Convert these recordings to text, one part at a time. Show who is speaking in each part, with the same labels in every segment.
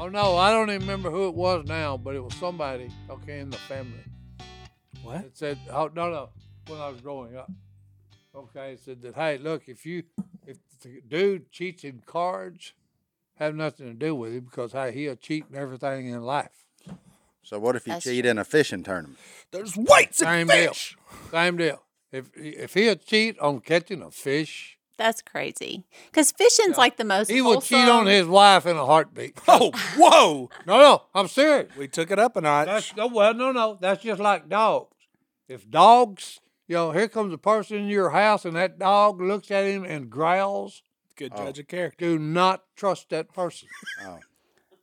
Speaker 1: Oh no, I don't even remember who it was now, but it was somebody okay in the family.
Speaker 2: What?
Speaker 1: It said, "Oh no, no," when I was growing up. Okay, it said that, "Hey, look, if you if the dude cheats in cards, have nothing to do with it because hey, he'll cheat in everything in life."
Speaker 3: So what if you
Speaker 4: That's
Speaker 3: cheat in a fishing tournament?
Speaker 2: There's whites
Speaker 1: Same
Speaker 2: and
Speaker 1: deal.
Speaker 2: fish.
Speaker 1: Same deal. If if he'll cheat on catching a fish,
Speaker 4: That's crazy. Because fishing's like the most.
Speaker 1: he will cheat on
Speaker 4: wholesome-
Speaker 1: his wife in a heartbeat.
Speaker 2: Oh, whoa!
Speaker 1: No, no, I'm serious.
Speaker 2: We took it up a notch.
Speaker 1: That's no, well, no, no. That's just like dogs. If dogs, you know, here comes a person in your house, and that dog looks at him and growls.
Speaker 2: Good judge of character.
Speaker 1: Do not trust that person.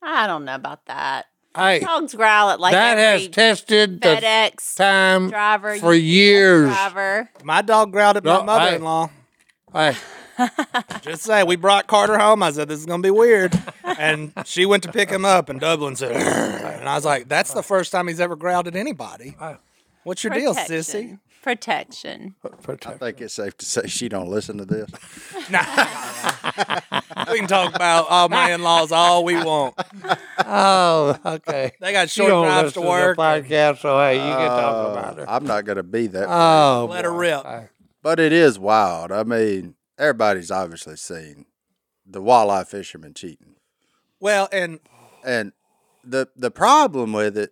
Speaker 4: I don't know about that.
Speaker 1: Hey,
Speaker 4: Dogs growl at like
Speaker 1: that has
Speaker 4: every
Speaker 1: tested the
Speaker 4: FedEx
Speaker 1: time
Speaker 4: driver
Speaker 1: for
Speaker 4: UPS
Speaker 1: years.
Speaker 4: Driver.
Speaker 2: My dog growled at
Speaker 1: No,
Speaker 2: my
Speaker 1: hey.
Speaker 2: mother-in-law.
Speaker 1: Hey,
Speaker 2: Just say we brought Carter home. I said this is gonna be weird, and she went to pick him up, and Dublin said, "Grr," and I was like, that's the first time he's ever growled at anybody. What's your deal, sissy?
Speaker 4: Protection. Protection.
Speaker 1: Uh,
Speaker 3: I think it's safe to say she don't listen to this.
Speaker 2: We can talk about all my in-laws all we want.
Speaker 1: oh, okay.
Speaker 2: They got
Speaker 1: You
Speaker 2: short
Speaker 1: don't
Speaker 2: drives to
Speaker 1: listen
Speaker 2: work.
Speaker 1: the podcast, so hey, you can talk about it.
Speaker 3: I'm not gonna be that.
Speaker 1: Oh,
Speaker 2: Let
Speaker 1: boy.
Speaker 2: her rip.
Speaker 3: But it is wild. I mean, everybody's obviously seen the walleye fisherman cheating.
Speaker 2: Well, and
Speaker 3: And the the problem with it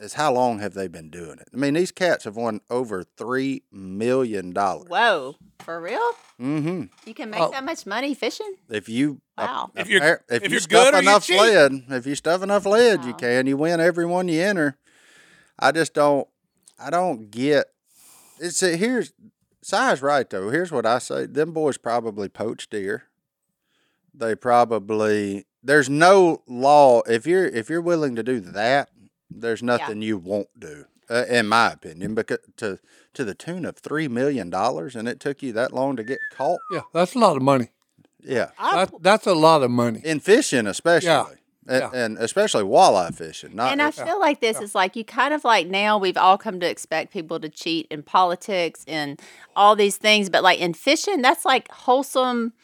Speaker 3: is how long have they been doing it? I mean, these cats have won over three million dollars.
Speaker 4: Whoa, for real?
Speaker 3: Mm-hmm.
Speaker 4: You can
Speaker 1: Oh.
Speaker 4: make that much money fishing?
Speaker 3: If you
Speaker 1: Uh,
Speaker 4: Wow.
Speaker 2: If you're-
Speaker 3: appar-
Speaker 2: if you're
Speaker 3: stuff
Speaker 2: good or you
Speaker 3: enough
Speaker 2: cheat.
Speaker 3: lead, if you stuff enough lead, you
Speaker 4: Wow.
Speaker 3: can. You win every one you enter. I just don't. I don't get. It's a, here's size right though. Here's what I say. Them boys probably poached deer. They probably there's no law if you're if you're willing to do that. There's nothing you won't do, uh, in my opinion, because to to the tune of three million dollars, and it took you that long to get caught.
Speaker 1: yeah, that's a lot of money.
Speaker 3: Yeah,
Speaker 1: That, that's a lot of money.
Speaker 3: in fishing especially And,
Speaker 1: Yeah.
Speaker 3: and especially walleye fishing not
Speaker 4: And I feel like this is like you kind of like now we've all come to expect people to cheat in politics and all these things, but like in fishing, that's like wholesome,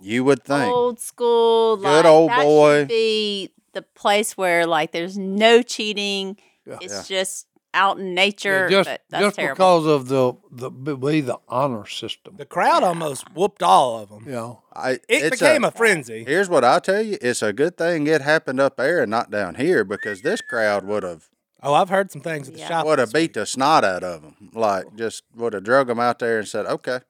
Speaker 3: you would think
Speaker 4: old school, like
Speaker 3: old
Speaker 4: that should
Speaker 3: boy.
Speaker 4: Be the place where like there's no cheating. It's just out in nature.
Speaker 1: Yeah, just
Speaker 4: but that's
Speaker 1: just
Speaker 4: terrible.
Speaker 1: because of the the the way the honor system.
Speaker 2: the crowd almost whooped all of them.
Speaker 1: You know,
Speaker 3: I,
Speaker 2: It
Speaker 3: it's
Speaker 2: became a, frenzy.
Speaker 3: here's what i tell you it's a good thing it happened up there and not down here because this crowd would have
Speaker 2: Oh, I've heard some things at the
Speaker 4: Yeah.
Speaker 2: shop.
Speaker 3: would have beat the snot out of them like just would have drug them out there and said okay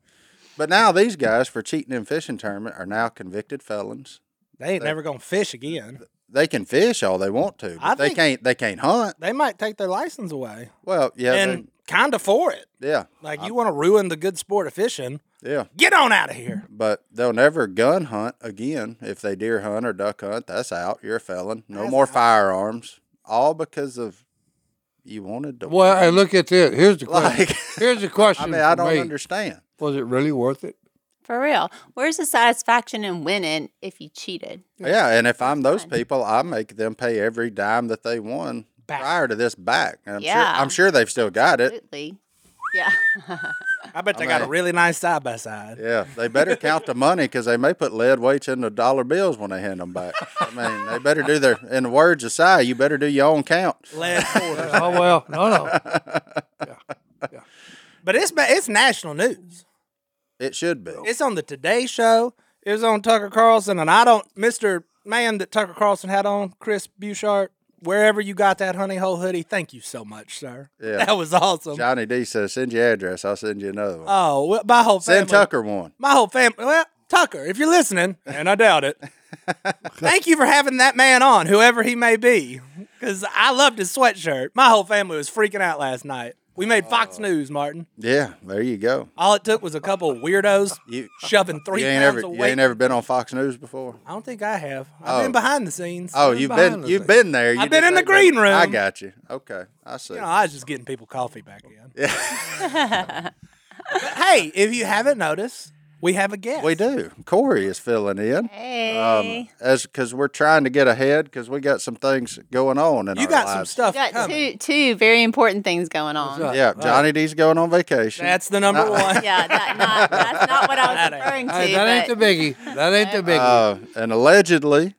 Speaker 3: but now these guys for cheating in fishing tournament are now convicted felons
Speaker 2: They ain't never gonna fish again.
Speaker 3: they can fish all they want to
Speaker 2: I
Speaker 3: but they
Speaker 2: think-
Speaker 3: can't they can't hunt
Speaker 2: They might take their license away
Speaker 3: well yeah they-
Speaker 2: and kind of for it.
Speaker 3: yeah
Speaker 2: Like you want to ruin the good sport of fishing?
Speaker 3: yeah
Speaker 2: Get on out of here.
Speaker 3: but they'll never gun hunt again if they deer hunt or duck hunt. That's out. You're a felon. No more firearms. All because of you wanted to.
Speaker 1: well, hey, look at this. Here's the question.
Speaker 3: Like-
Speaker 1: Here's the question.
Speaker 3: I mean, I
Speaker 1: for
Speaker 3: don't
Speaker 1: me.
Speaker 3: understand.
Speaker 1: Was it really worth it?
Speaker 4: for real, where's the satisfaction in winning if you cheated?
Speaker 3: Yeah, and if I'm those people, I make them pay every dime that they won
Speaker 2: Back.
Speaker 3: prior to this back. And I'm
Speaker 4: Yeah.
Speaker 3: sure I'm sure they've still got it.
Speaker 4: Absolutely. Yeah.
Speaker 2: I bet they got a really nice side by side.
Speaker 3: Yeah, they better count the money because they may put lead weights in the dollar bills when they hand them back. I mean, they better do their. In the words of Si, you better do your own count.
Speaker 2: Lead quarters.
Speaker 1: Oh well, no, no.
Speaker 2: But it's ba- it's national news.
Speaker 3: It should be.
Speaker 2: It's on the Today Show. It was on Tucker Carlson, and I don't, Mister Man, that Tucker Carlson had on Chris Bouchard. Wherever you got that honey hole hoodie, thank you so much, sir.
Speaker 3: Yeah.
Speaker 2: That was awesome.
Speaker 3: Johnny D says, "Send your address. I'll send you another one."
Speaker 2: Oh, well, my whole family.
Speaker 3: Send Tucker one.
Speaker 2: My whole family. Well, Tucker, if you're listening, and I doubt it, thank you for having that man on, whoever he may be, because I loved his sweatshirt. My whole family was freaking out last night. We made
Speaker 3: Oh.
Speaker 2: Fox News, Martin.
Speaker 3: Yeah, there you go.
Speaker 2: All it took was a couple of weirdos
Speaker 3: You-
Speaker 2: shoving three
Speaker 3: You ain't
Speaker 2: pounds
Speaker 3: ever
Speaker 2: of
Speaker 3: you
Speaker 2: weight.
Speaker 3: ain't ever been on Fox News before.
Speaker 2: I don't think I have. I've been behind the scenes.
Speaker 3: Oh, you've
Speaker 1: behind
Speaker 3: been
Speaker 1: the
Speaker 3: you've
Speaker 1: scenes.
Speaker 3: been there. You
Speaker 2: I've been
Speaker 3: just
Speaker 2: in the
Speaker 3: ain't
Speaker 2: green room.
Speaker 3: I got you. Okay, I see.
Speaker 2: You know, I was just getting people coffee back then. But hey, if you haven't noticed, we have a guest.
Speaker 3: We do. Corey is filling in. Um,
Speaker 4: Hey.
Speaker 3: as because we're trying to get ahead because we got some things going on in
Speaker 2: You
Speaker 3: our
Speaker 2: got some
Speaker 3: lives.
Speaker 2: stuff
Speaker 4: got
Speaker 2: coming.
Speaker 4: two two very important things going on.
Speaker 3: Yeah, Johnny D's going on vacation.
Speaker 2: That's the number one.
Speaker 4: Yeah, that, not, that's not what I
Speaker 2: That
Speaker 4: was
Speaker 2: ain't-
Speaker 4: referring to.
Speaker 1: Hey, that ain't the
Speaker 4: but
Speaker 1: biggie. That ain't the biggie.
Speaker 3: uh, and allegedly,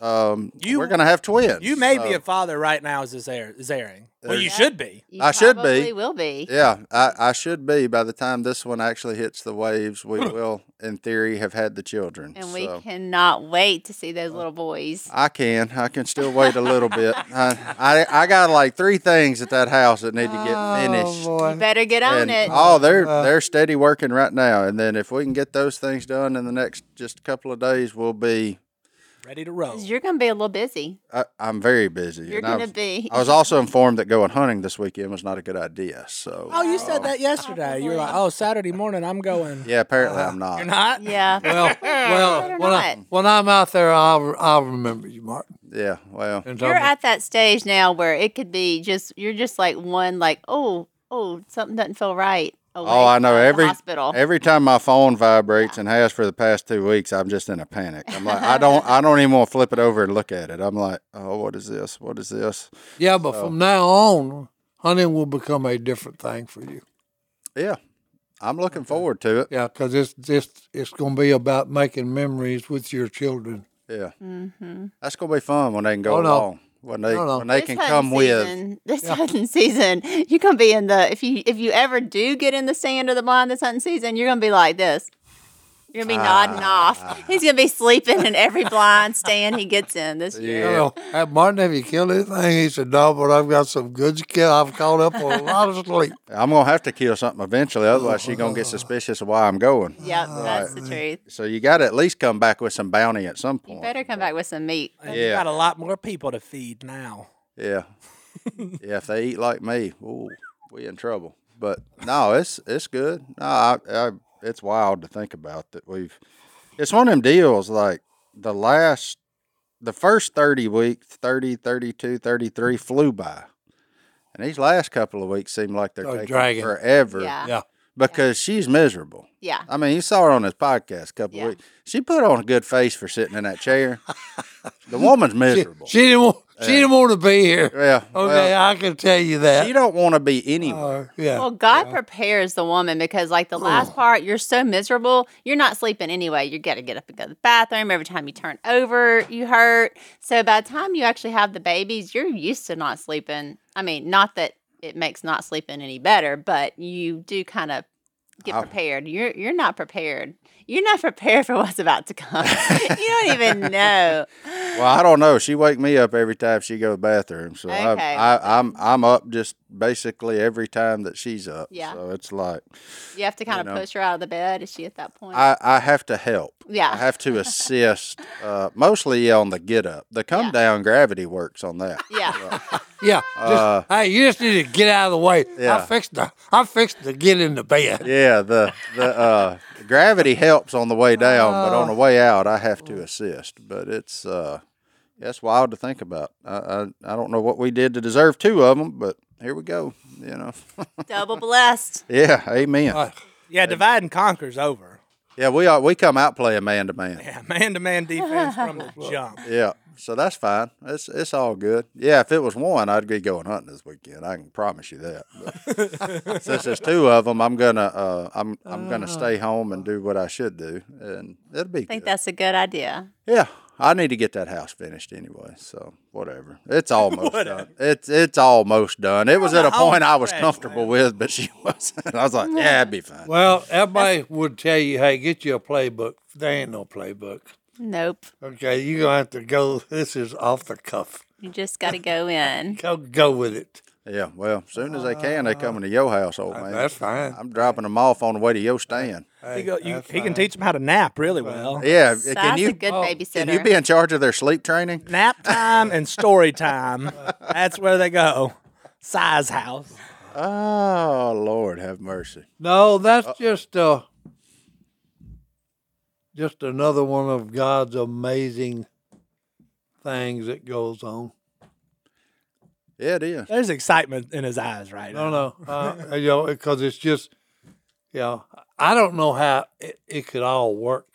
Speaker 3: um,
Speaker 2: You-
Speaker 3: we're gonna have twins.
Speaker 2: You may
Speaker 3: so-
Speaker 2: be a father right now as this air is airing. Well, you
Speaker 4: Yeah.
Speaker 2: should be.
Speaker 4: you
Speaker 3: I should be.
Speaker 4: probably Will be.
Speaker 3: Yeah, I, I should be. By the time this one actually hits the waves, we will, in theory, have had the children.
Speaker 4: And we
Speaker 3: so. Uh,
Speaker 4: cannot wait to see those little boys.
Speaker 3: I can. I can still wait a little bit. I, I I got like three things at that house that need to get finished.
Speaker 4: You better get on
Speaker 3: uh, and
Speaker 4: Oh, it.
Speaker 3: oh, they're they're steady working right now. And then if we can get those things done in the next just couple of days, we'll be.
Speaker 2: Ready to roll.
Speaker 4: 'Cause You're going to be a little busy.
Speaker 3: I, I'm very busy.
Speaker 4: You're
Speaker 3: and I
Speaker 4: gonna
Speaker 3: was-
Speaker 4: be.
Speaker 3: I was also informed that going hunting this weekend was not a good idea. So.
Speaker 2: Oh, you said that yesterday. You were like, oh, Saturday morning, I'm going.
Speaker 3: Yeah, apparently I'm not.
Speaker 2: You're not?
Speaker 4: Yeah.
Speaker 1: well, well,
Speaker 4: Better
Speaker 1: when, I,
Speaker 4: not.
Speaker 1: when I'm out there, I'll I'll remember you, Mark.
Speaker 3: Yeah, well,
Speaker 1: And
Speaker 4: You're
Speaker 1: talk about-
Speaker 4: at that stage now where it could be just, you're just like one, like, oh, oh, something doesn't feel right. away
Speaker 3: Oh, I know
Speaker 4: from the
Speaker 3: every
Speaker 4: hospital.
Speaker 3: every time my phone vibrates and has for the past two weeks, I'm just in a panic. I'm like, I don't, I don't even want to flip it over and look at it. I'm like, oh, what is this? What is this?
Speaker 1: yeah, but from now on, hunting will become a different thing for you.
Speaker 3: Yeah, I'm looking forward to it.
Speaker 1: Yeah, because it's it's it's going to be about making memories with your children.
Speaker 3: Yeah, mm-hmm. that's gonna be fun when they can go
Speaker 1: Oh, no.
Speaker 3: along, when they
Speaker 1: Oh, no.
Speaker 3: when they
Speaker 4: This
Speaker 3: can
Speaker 4: hunting
Speaker 3: come with.
Speaker 4: season- this hunting season. You're gonna be in the if you if you ever do get in the stand or the blind this hunting season, you're gonna be like this. You're gonna be nodding
Speaker 3: Ah.
Speaker 4: off. He's gonna be sleeping in every blind stand he gets in this year.
Speaker 1: You know, "Hey, Martin, have you killed anything? He said, No, but I've got some good skill. I've caught up on a lot of sleep.
Speaker 3: I'm gonna have to kill something eventually, otherwise she's gonna get suspicious of why I'm going.
Speaker 4: Yep, that's the truth.
Speaker 3: So you got to at least come back with some bounty at some point.
Speaker 4: You better come back with some meat.
Speaker 2: And You
Speaker 3: Yeah.
Speaker 2: got a lot more people to feed now.
Speaker 3: Yeah. yeah, if they eat like me, ooh, we in trouble. But no, it's it's good. No, I, I it's wild to think about that we've it's one of them deals like the last the first 30 weeks, 30, 32, 33 flew by. And these last couple of weeks seem like they're
Speaker 1: Oh,
Speaker 3: taking
Speaker 1: dragging.
Speaker 3: forever
Speaker 4: Yeah.
Speaker 1: Yeah.
Speaker 3: because she's miserable.
Speaker 4: Yeah.
Speaker 3: I mean, you saw her on this podcast a couple
Speaker 4: Yeah.
Speaker 3: of weeks. She put on a good face for sitting in that chair. the woman's miserable.
Speaker 1: She Oh, didn't want, she didn't want to be here.
Speaker 3: yeah.
Speaker 1: Okay,
Speaker 3: well,
Speaker 1: I can tell you that.
Speaker 3: you
Speaker 4: Uh,
Speaker 3: don't want to be
Speaker 4: Oh.
Speaker 3: anywhere.
Speaker 1: Uh, yeah.
Speaker 4: Well, God prepares the woman because, like the last part, you're so miserable. You're not sleeping anyway. You got to get up and go to the bathroom. Every time you turn over, you hurt. So by the time you actually have the babies, you're used to not sleeping. I mean, not that it makes not sleeping any better, but you do kind of get prepared. You're you're not prepared. You're not prepared for what's about to come. you don't even know.
Speaker 3: Well, I don't know. She wake me up every time she go to the bathroom, so I,
Speaker 4: Okay.
Speaker 3: I, I'm I'm up just basically every time that she's up.
Speaker 4: Yeah.
Speaker 3: So it's like
Speaker 4: You have to kind of
Speaker 3: know.
Speaker 4: push her out of the bed. Is she at that point?
Speaker 3: I, I have to help.
Speaker 4: Yeah.
Speaker 3: I have to assist, uh, mostly on the get up. The come down gravity works on that.
Speaker 4: yeah.
Speaker 1: yeah. Just,
Speaker 3: Uh,
Speaker 1: hey, you just need to get out of the way. I
Speaker 3: Yeah.
Speaker 1: fixed the I fixed to get in the bed.
Speaker 3: Yeah. The the uh, gravity helps on the way down, but
Speaker 4: Oh.
Speaker 3: on the way out, I have to assist. But it's uh, that's wild to think about. I, I I don't know what we did to deserve two of them, but here we go. You know.
Speaker 4: Double blessed.
Speaker 3: yeah. Amen.
Speaker 2: Yeah, divide and conquer's over.
Speaker 3: Yeah, we are. We come out playing man to man.
Speaker 2: Yeah, man to man defense from the jump.
Speaker 3: Yeah, so that's fine. It's it's all good. Yeah, if it was one, I'd be going hunting this weekend. I can promise you that. But since there's two of them, I'm gonna uh, I'm I'm gonna stay home and do what I should do, and it'll be.
Speaker 4: I think
Speaker 3: good.
Speaker 4: that's a good idea.
Speaker 3: Yeah, I need to get that house finished anyway. So whatever. It's almost done. It's it's almost done. It was at a
Speaker 2: home
Speaker 3: point I was
Speaker 2: stretch,
Speaker 3: comfortable with, but she wasn't. I was like, yeah, it'd be fine.
Speaker 1: Well, everybody would tell you, hey, get you a playbook. There ain't no playbook.
Speaker 4: Nope.
Speaker 1: Okay, you're gonna have to go. This is off the cuff.
Speaker 4: You just got to go in.
Speaker 1: Go go with it.
Speaker 3: Yeah, well, as soon as they can, they coming to your house, old man.
Speaker 1: That's fine.
Speaker 3: I'm dropping them off on the way to your stand.
Speaker 2: He, go, you, he can teach them how to nap really well.
Speaker 3: Yeah,
Speaker 4: That's
Speaker 3: can you
Speaker 4: a good babysitter.
Speaker 3: can you be in charge of their sleep training?
Speaker 2: Nap time and story time. That's where they go. Size house.
Speaker 3: Oh Lord, have mercy.
Speaker 1: No, that's just uh, just another one of God's amazing things that goes on.
Speaker 3: Yeah, it is.
Speaker 5: There's excitement in his eyes right
Speaker 1: No,
Speaker 5: now.
Speaker 1: no, uh, you know, because it's just, you know, I don't know how it, it could all work.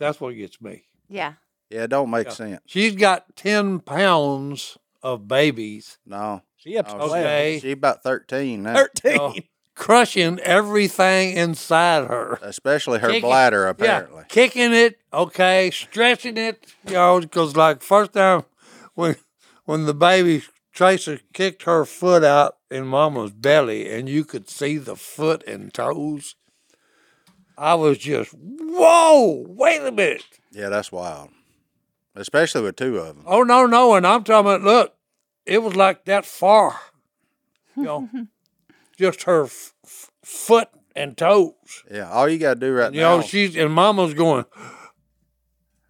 Speaker 1: That's what gets me.
Speaker 4: Yeah.
Speaker 3: Yeah, it don't make sense.
Speaker 1: She's got ten pounds of babies.
Speaker 3: No.
Speaker 5: She up to
Speaker 3: Oh,
Speaker 1: Okay.
Speaker 5: okay.
Speaker 3: She about thirteen now.
Speaker 5: 13.
Speaker 1: you know, crushing everything inside her.
Speaker 3: Especially her
Speaker 1: Kicking-
Speaker 3: bladder, apparently.
Speaker 1: Yeah, kicking it, okay, stretching it, you know, because like first time when when the baby Tracer kicked her foot out in Mama's belly, and you could see the foot and toes. I was just, whoa! Wait a minute!
Speaker 3: Yeah, that's wild. Especially with two of them.
Speaker 1: Oh no, no! And I'm talking about, look, it was like that far, you know, just her f- f- foot and toes.
Speaker 3: Yeah, all you gotta do right
Speaker 1: You
Speaker 3: now.
Speaker 1: know, she's and Mama's going,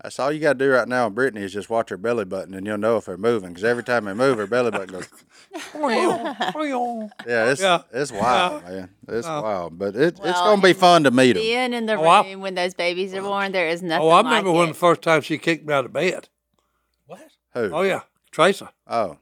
Speaker 3: that's all you gotta do right now, Brittany, is just watch her belly button, and you'll know if they're moving. Because every time they move, her belly button goes. Yeah, it's
Speaker 1: Yeah. Uh.
Speaker 3: it's wild, man. It's wild, but it, it's
Speaker 4: Well,
Speaker 3: gonna be fun to meet them.
Speaker 4: Being in the
Speaker 1: Oh, I-
Speaker 4: room when those babies are born, there is nothing.
Speaker 1: Oh, I remember
Speaker 4: like
Speaker 1: when
Speaker 4: it.
Speaker 1: the first time she kicked me out of bed.
Speaker 5: What?
Speaker 3: Who?
Speaker 1: Oh yeah, Tracer.
Speaker 3: Oh,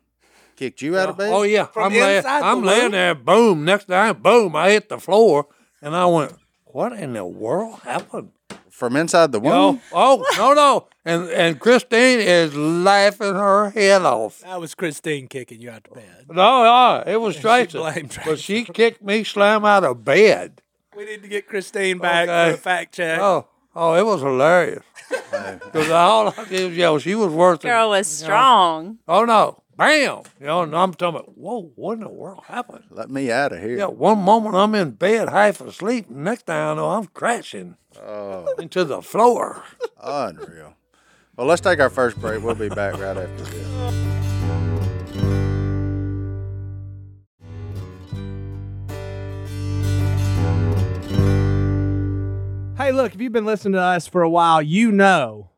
Speaker 3: kicked you out of bed?
Speaker 1: Oh yeah,
Speaker 5: From
Speaker 1: I'm laying,
Speaker 5: inside the
Speaker 1: I'm
Speaker 5: room?
Speaker 1: laying there. Boom. Next time, boom. I hit the floor, and I went, "What in the world happened?"
Speaker 3: From inside the womb?
Speaker 1: Oh, oh, no, no. And and Christine is laughing her head off.
Speaker 5: That was Christine kicking you out to bed.
Speaker 1: No, no, it was Tracer.
Speaker 5: blamed Tracer.
Speaker 1: But she kicked me slam out of bed.
Speaker 5: We need to get Christine back
Speaker 1: Okay.
Speaker 5: for a fact check.
Speaker 1: Oh, oh, it was hilarious. Because all I did was yell. She was worth it.
Speaker 4: girl was strong.
Speaker 1: Oh no, bam! You know, and I'm talking about, whoa, what in the world happened?
Speaker 3: Let me out of here.
Speaker 1: Yeah, one moment I'm in bed half asleep, and next thing I know I'm crashing
Speaker 3: Oh.
Speaker 1: into the floor.
Speaker 3: Unreal. Well, let's take our first break. We'll be back right after this.
Speaker 2: Hey, look, if you've been listening to us for a while, you know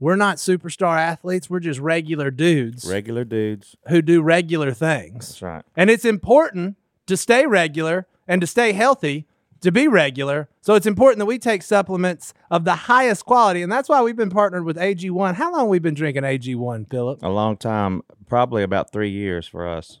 Speaker 2: we're not superstar athletes. We're just regular dudes
Speaker 6: Regular dudes.
Speaker 2: who do regular things.
Speaker 6: That's right.
Speaker 2: And it's important to stay regular and to stay healthy to be regular. So it's important that we take supplements of the highest quality. And that's why we've been partnered with AG1. How long have we been drinking AG1, Philip?
Speaker 6: A long time, probably about three years for us.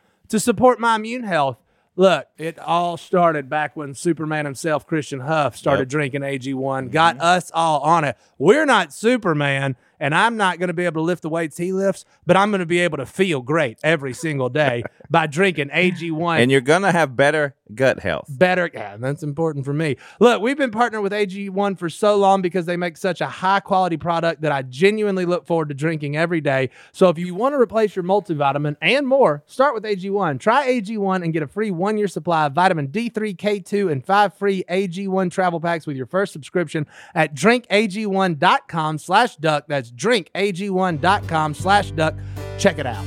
Speaker 2: to support my immune health. Look, it all started back when Superman himself, Christian Huff, started drinking AG1, got us all on it. We're not Superman, and I'm not going to be able to lift the weights he lifts, but I'm going to be able to feel great every single day by drinking AG1.
Speaker 6: and you're gonna have better gut health.
Speaker 7: Better. Yeah, that's important for me. Look, we've been partnered with AG1 for so long because they make such a high quality product that I genuinely look forward to drinking every day. So if you want to replace your multivitamin and more, start with AG1. Try AG1 and get a free one year supply of vitamin D3, K2, and five free AG1 travel packs with your first subscription at drinkag1.com slash duck. That's drinkag1.com slash duck. Check it out.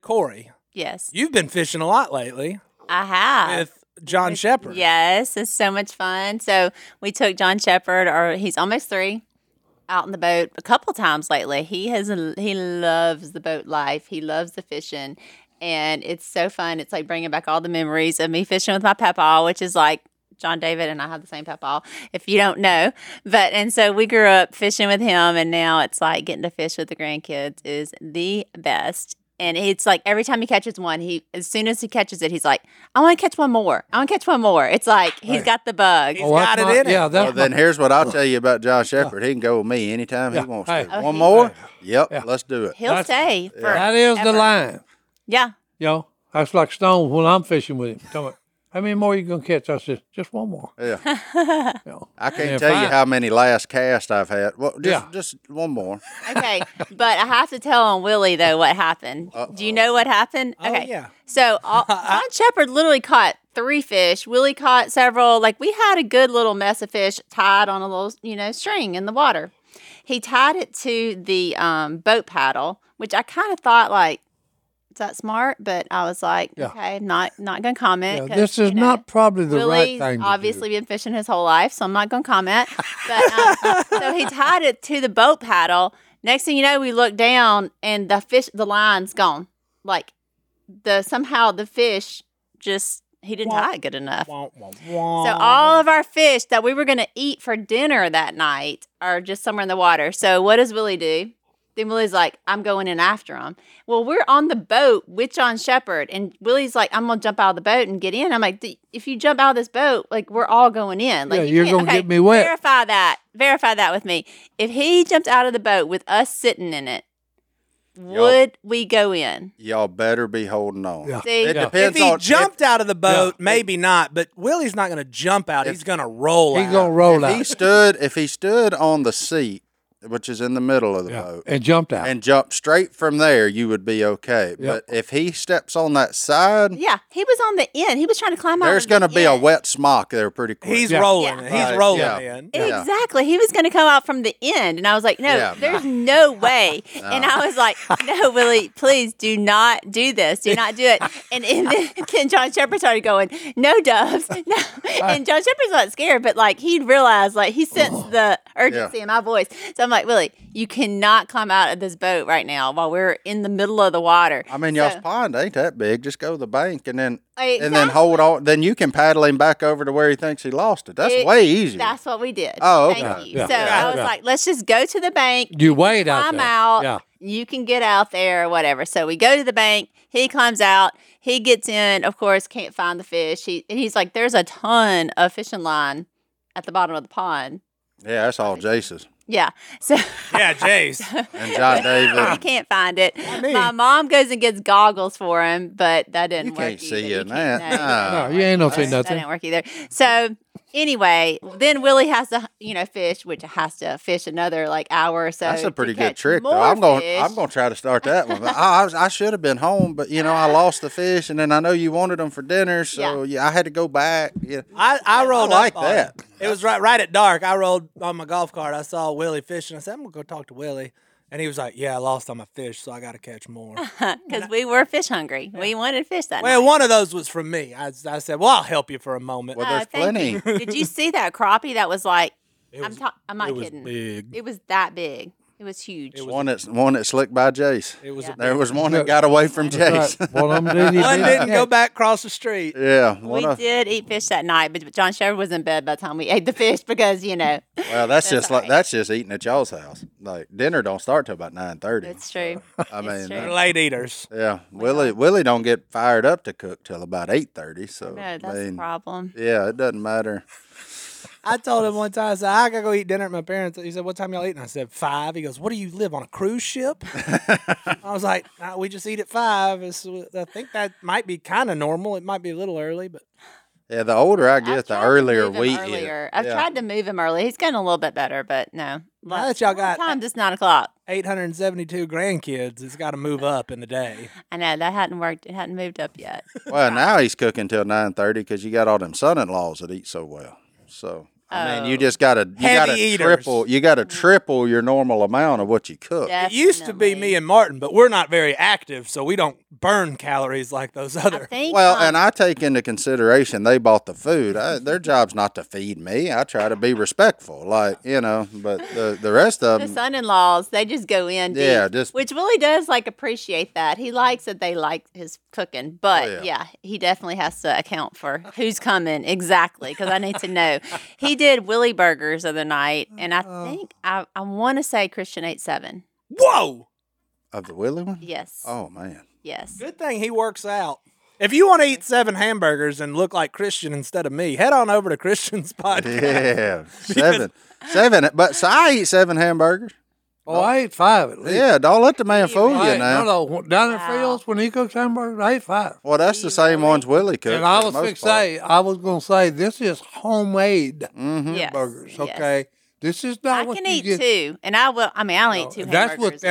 Speaker 2: Corey,
Speaker 4: Yes,
Speaker 2: you've been fishing a lot lately
Speaker 4: I have.
Speaker 2: with John Shepard.
Speaker 4: Yes, it's so much fun. So we took John Shepherd, or he's almost three, out in the boat a couple times lately. He has he loves the boat life. He loves the fishing, and it's so fun. It's like bringing back all the memories of me fishing with my papa, which is like. John David and I have the same papa, if you don't know. But and so we grew up fishing with him, and now it's like getting to fish with the grandkids is the best. And it's like every time he catches one, he as soon as he catches it, he's like, "I want to catch one more. I want to catch one more." It's like he's got the bug.
Speaker 2: He's got it in it.
Speaker 1: Yeah,
Speaker 3: Well,
Speaker 1: Oh, that's
Speaker 3: then here's what I'll tell you about John Shepard. He can go with me anytime
Speaker 1: Yeah.
Speaker 3: he wants
Speaker 1: Hey.
Speaker 3: to.
Speaker 4: Oh,
Speaker 3: One
Speaker 4: he-
Speaker 3: more? Yep,
Speaker 1: Yeah.
Speaker 3: let's do it.
Speaker 4: He'll
Speaker 1: That's-
Speaker 4: stay for
Speaker 1: that is the
Speaker 4: ever.
Speaker 1: line.
Speaker 4: Yeah.
Speaker 1: You know, that's like Stone when I'm fishing with him. Tell me, how many more you gonna catch? I said, just one more.
Speaker 3: Yeah.
Speaker 1: You know.
Speaker 3: I can't
Speaker 1: Yeah,
Speaker 3: tell you
Speaker 1: fine.
Speaker 3: how many last casts I've had. Well, just,
Speaker 1: Yeah.
Speaker 3: just one more.
Speaker 4: Okay. but I have to tell on Willie though what happened. Do you know what happened?
Speaker 2: Oh,
Speaker 4: okay.
Speaker 2: yeah.
Speaker 4: So all, John Shepard literally caught three fish. Willie caught several. Like we had a good little mess of fish tied on a little, you know, string in the water. He tied it to the um, boat paddle, which I kind of thought like, is that smart? But I was like,
Speaker 1: Yeah.
Speaker 4: okay, not not gonna
Speaker 1: Yeah,
Speaker 4: comment. 'cause,
Speaker 1: this is
Speaker 4: you know.
Speaker 1: not probably the
Speaker 4: Willie's
Speaker 1: right thing. to do.
Speaker 4: obviously been fishing his whole life, so I'm not going to comment. But um, so he tied it to the boat paddle. Next thing you know, we look down and the fish, the line's gone. Like the somehow the fish just he didn't tie it good enough.
Speaker 2: Wah, wah,
Speaker 4: So
Speaker 2: wah.
Speaker 4: all of our fish that we were going to eat for dinner that night are just somewhere in the water. So what does Willie do? Then Willie's like, I'm going in after him. Well, we're on the boat with John Shepherd, and Willie's like, I'm gonna jump out of the boat and get in. I'm like, "D- if you jump out of this boat, like we're all going in. Like
Speaker 1: Yeah,
Speaker 4: you
Speaker 1: you're
Speaker 4: can't-
Speaker 1: gonna get me wet.
Speaker 4: Verify that. Verify that with me. If he jumped out of the boat with us sitting in it, would we go in?
Speaker 3: Y'all better be holding on.
Speaker 1: Yeah.
Speaker 4: See,
Speaker 3: It
Speaker 1: Yeah.
Speaker 3: depends
Speaker 2: if he
Speaker 3: on
Speaker 2: jumped out of the boat,
Speaker 1: Yeah.
Speaker 2: maybe not. But Willie's not going to jump out. he's going to roll.
Speaker 1: He's
Speaker 2: out.
Speaker 1: gonna roll
Speaker 3: If he
Speaker 1: out
Speaker 3: stood, if he stood on the seat, which is in the middle of the
Speaker 1: yeah,
Speaker 3: boat,
Speaker 1: and jumped out.
Speaker 3: and jumped straight from there, you would be okay.
Speaker 1: Yep.
Speaker 3: But if he steps on that side,
Speaker 4: yeah, he was on the end. He was trying to climb out.
Speaker 3: there's
Speaker 4: going to
Speaker 3: be a wet smock there pretty quick.
Speaker 2: He's
Speaker 1: Yeah.
Speaker 2: rolling.
Speaker 4: Yeah.
Speaker 2: He's
Speaker 3: Right,
Speaker 2: rolling
Speaker 3: Uh, yeah.
Speaker 2: in.
Speaker 3: Yeah.
Speaker 4: Exactly. He was going to come out from the end. And I was like, no,
Speaker 3: Yeah, Uh.
Speaker 4: there's no way. And I was like, no, Willie, please do not do this. Do not do it. And, and then Ken John Shepard started going, no, Doves. No. And John Shepard's not scared, but like he realized, like he
Speaker 3: Oh,
Speaker 4: sensed the urgency in my voice. So I'm like, Willie, you cannot climb out of this boat right now while we're in the middle of the water.
Speaker 3: I mean,
Speaker 4: So-
Speaker 3: y'all's pond ain't that big. Just go to the bank and then and then
Speaker 4: Exactly.
Speaker 3: hold on. Then you can paddle him back over to where he thinks he lost it. That's
Speaker 4: It-
Speaker 3: way easier.
Speaker 4: That's what we did.
Speaker 3: Oh, okay.
Speaker 4: Thank you.
Speaker 1: Yeah.
Speaker 4: So
Speaker 1: Yeah.
Speaker 4: I was
Speaker 1: Yeah.
Speaker 4: like, let's just go to the bank.
Speaker 1: you wait out
Speaker 4: climb
Speaker 1: there.
Speaker 4: out.
Speaker 1: Yeah.
Speaker 4: You can get out there or whatever. So we go to the bank. He climbs out. He gets in. Of course, can't find the fish. He and he's like, "There's a ton of fishing line at the bottom of the pond."
Speaker 3: yeah, that's all Jace's
Speaker 4: Yeah. So
Speaker 2: Yeah, Jace.
Speaker 3: and John
Speaker 4: he
Speaker 3: David.
Speaker 4: can't find it.
Speaker 2: me.
Speaker 4: My mom goes and gets goggles for him, but that didn't
Speaker 3: You
Speaker 4: work.
Speaker 3: can't see
Speaker 4: either.
Speaker 3: it in
Speaker 4: can't-
Speaker 3: that.
Speaker 4: no.
Speaker 3: Nah.
Speaker 1: No, you ain't no see
Speaker 4: That
Speaker 1: nothing.
Speaker 4: didn't work either. So anyway, then Willie has to, you know, fish, which has to fish another like hour or so.
Speaker 3: That's a
Speaker 4: to
Speaker 3: pretty good
Speaker 4: catch
Speaker 3: trick, though.
Speaker 4: more
Speaker 3: I'm going.
Speaker 4: fish.
Speaker 3: I'm going to try to start that one. I, I, was- I should have been home, but you know I lost the fish, and then I know you wanted them for dinner, so yeah, I had to go back. Yeah,
Speaker 2: I, I rolled
Speaker 3: like
Speaker 2: up on
Speaker 3: that.
Speaker 2: him. It was right right at dark. I rolled on my golf cart. I saw Willie fishing. I said, I'm gonna go talk to Willie. And he was like, Yeah, I lost on my fish, so I gotta catch more.
Speaker 4: because we were fish hungry. We wanted fish that
Speaker 2: well,
Speaker 4: night.
Speaker 2: one of those was from me. I, I said, Well, I'll help you for a moment.
Speaker 3: well,
Speaker 4: Oh,
Speaker 3: there's
Speaker 4: thank you.
Speaker 3: plenty.
Speaker 4: Did you see that crappie? That was like,
Speaker 2: It
Speaker 4: I'm,
Speaker 2: was-
Speaker 4: ta- I'm not
Speaker 2: it was
Speaker 4: kidding.
Speaker 2: big.
Speaker 4: It was that big. It was huge.
Speaker 3: One that's one that slicked by Jace.
Speaker 2: It was a
Speaker 3: There was one that got away from
Speaker 1: That's
Speaker 3: Jace.
Speaker 1: right. One of 'em didn't even-
Speaker 2: one didn't go back across the street.
Speaker 3: yeah,
Speaker 4: we
Speaker 3: one of,
Speaker 4: did eat fish that night, but John Sherwood was in bed by the time we ate the fish because you know
Speaker 3: well, that's just like that's just eating at y'all's house. Like dinner don't start till about nine thirty.
Speaker 4: it's true.
Speaker 3: I mean,
Speaker 4: true.
Speaker 3: that-
Speaker 2: They're late eaters.
Speaker 3: yeah, Willie Willie don't get fired up to cook till about eight thirty. So
Speaker 4: No, that's
Speaker 3: I
Speaker 4: the
Speaker 3: mean,
Speaker 4: problem.
Speaker 3: yeah, it doesn't matter.
Speaker 2: I told him one time, I said, I gotta go eat dinner at my parents. He said, What time y'all eating? I said, Five. He goes, What do you live on a cruise ship? I was like, nah, We just eat at five. It's, I think that might be kind of normal. It might be a little early, but
Speaker 3: Yeah, the older I get,
Speaker 4: I've
Speaker 3: the
Speaker 4: tried to
Speaker 3: earlier
Speaker 4: move him
Speaker 3: we
Speaker 4: earlier.
Speaker 3: eat.
Speaker 4: I've
Speaker 3: Yeah.
Speaker 4: tried to move him early. He's getting a little bit better, but no.
Speaker 2: now that y'all got
Speaker 4: Time just nine o'clock.
Speaker 2: 872 grandkids, it's got to move up in the day.
Speaker 4: I know that hadn't worked. It hadn't moved up yet.
Speaker 3: Well, now he's cooking till nine thirty because you got all them son-in-laws that eat so well. So I mean, you
Speaker 4: Oh. Mm-hmm.
Speaker 3: just gotta you gotta
Speaker 2: Heavy eaters.
Speaker 3: triple you gotta triple your normal amount of what you cook.
Speaker 4: Definitely.
Speaker 2: It used to be me and Martin, but we're not very active, so we don't burn calories like those
Speaker 4: I
Speaker 2: other.
Speaker 4: think.
Speaker 3: Well,
Speaker 4: um,
Speaker 3: and I take into consideration they bought the food. I, their job's not to feed me. I try to be respectful, like you know. But the the rest of
Speaker 4: the
Speaker 3: them,
Speaker 4: son-in-laws they just go in deep,
Speaker 3: Um, Yeah, just-
Speaker 4: which willie does like appreciate that he likes that they like his cooking but
Speaker 3: Oh, yeah.
Speaker 4: yeah. he definitely has to account for who's coming exactly because i need to know he did willie burgers the other night and i
Speaker 3: Oh.
Speaker 4: think i, I want to say christian ate seven
Speaker 2: Whoa!
Speaker 3: of the Willie one.
Speaker 4: yes
Speaker 3: Oh man,
Speaker 4: yes
Speaker 2: Good thing he works out. If you want to eat seven hamburgers and look like Christian instead of me, head on over to Christian's podcast.
Speaker 3: yeah, seven, seven. But so I eat seven hamburgers.
Speaker 1: Oh, I ate five at least.
Speaker 3: Yeah, don't let the man fool
Speaker 1: I
Speaker 3: you
Speaker 1: ate-
Speaker 3: now.
Speaker 1: No, no. Down at
Speaker 4: Wow.
Speaker 1: Fields, when he cooks hamburgers, I ate five.
Speaker 3: Well, that's the same ones Willie cooked.
Speaker 1: and I
Speaker 3: for
Speaker 1: was
Speaker 3: the most
Speaker 1: going to
Speaker 3: part.
Speaker 1: say, I was going to say, this is homemade
Speaker 3: Mm-hmm.
Speaker 4: yes,
Speaker 1: burgers,
Speaker 4: yes.
Speaker 1: okay? This is
Speaker 4: I
Speaker 1: not what
Speaker 4: can
Speaker 1: you
Speaker 4: eat
Speaker 1: get.
Speaker 4: two, and I will. I mean, I'll
Speaker 1: No,
Speaker 4: eat two.
Speaker 1: that's with
Speaker 4: hamburgers anywhere else. I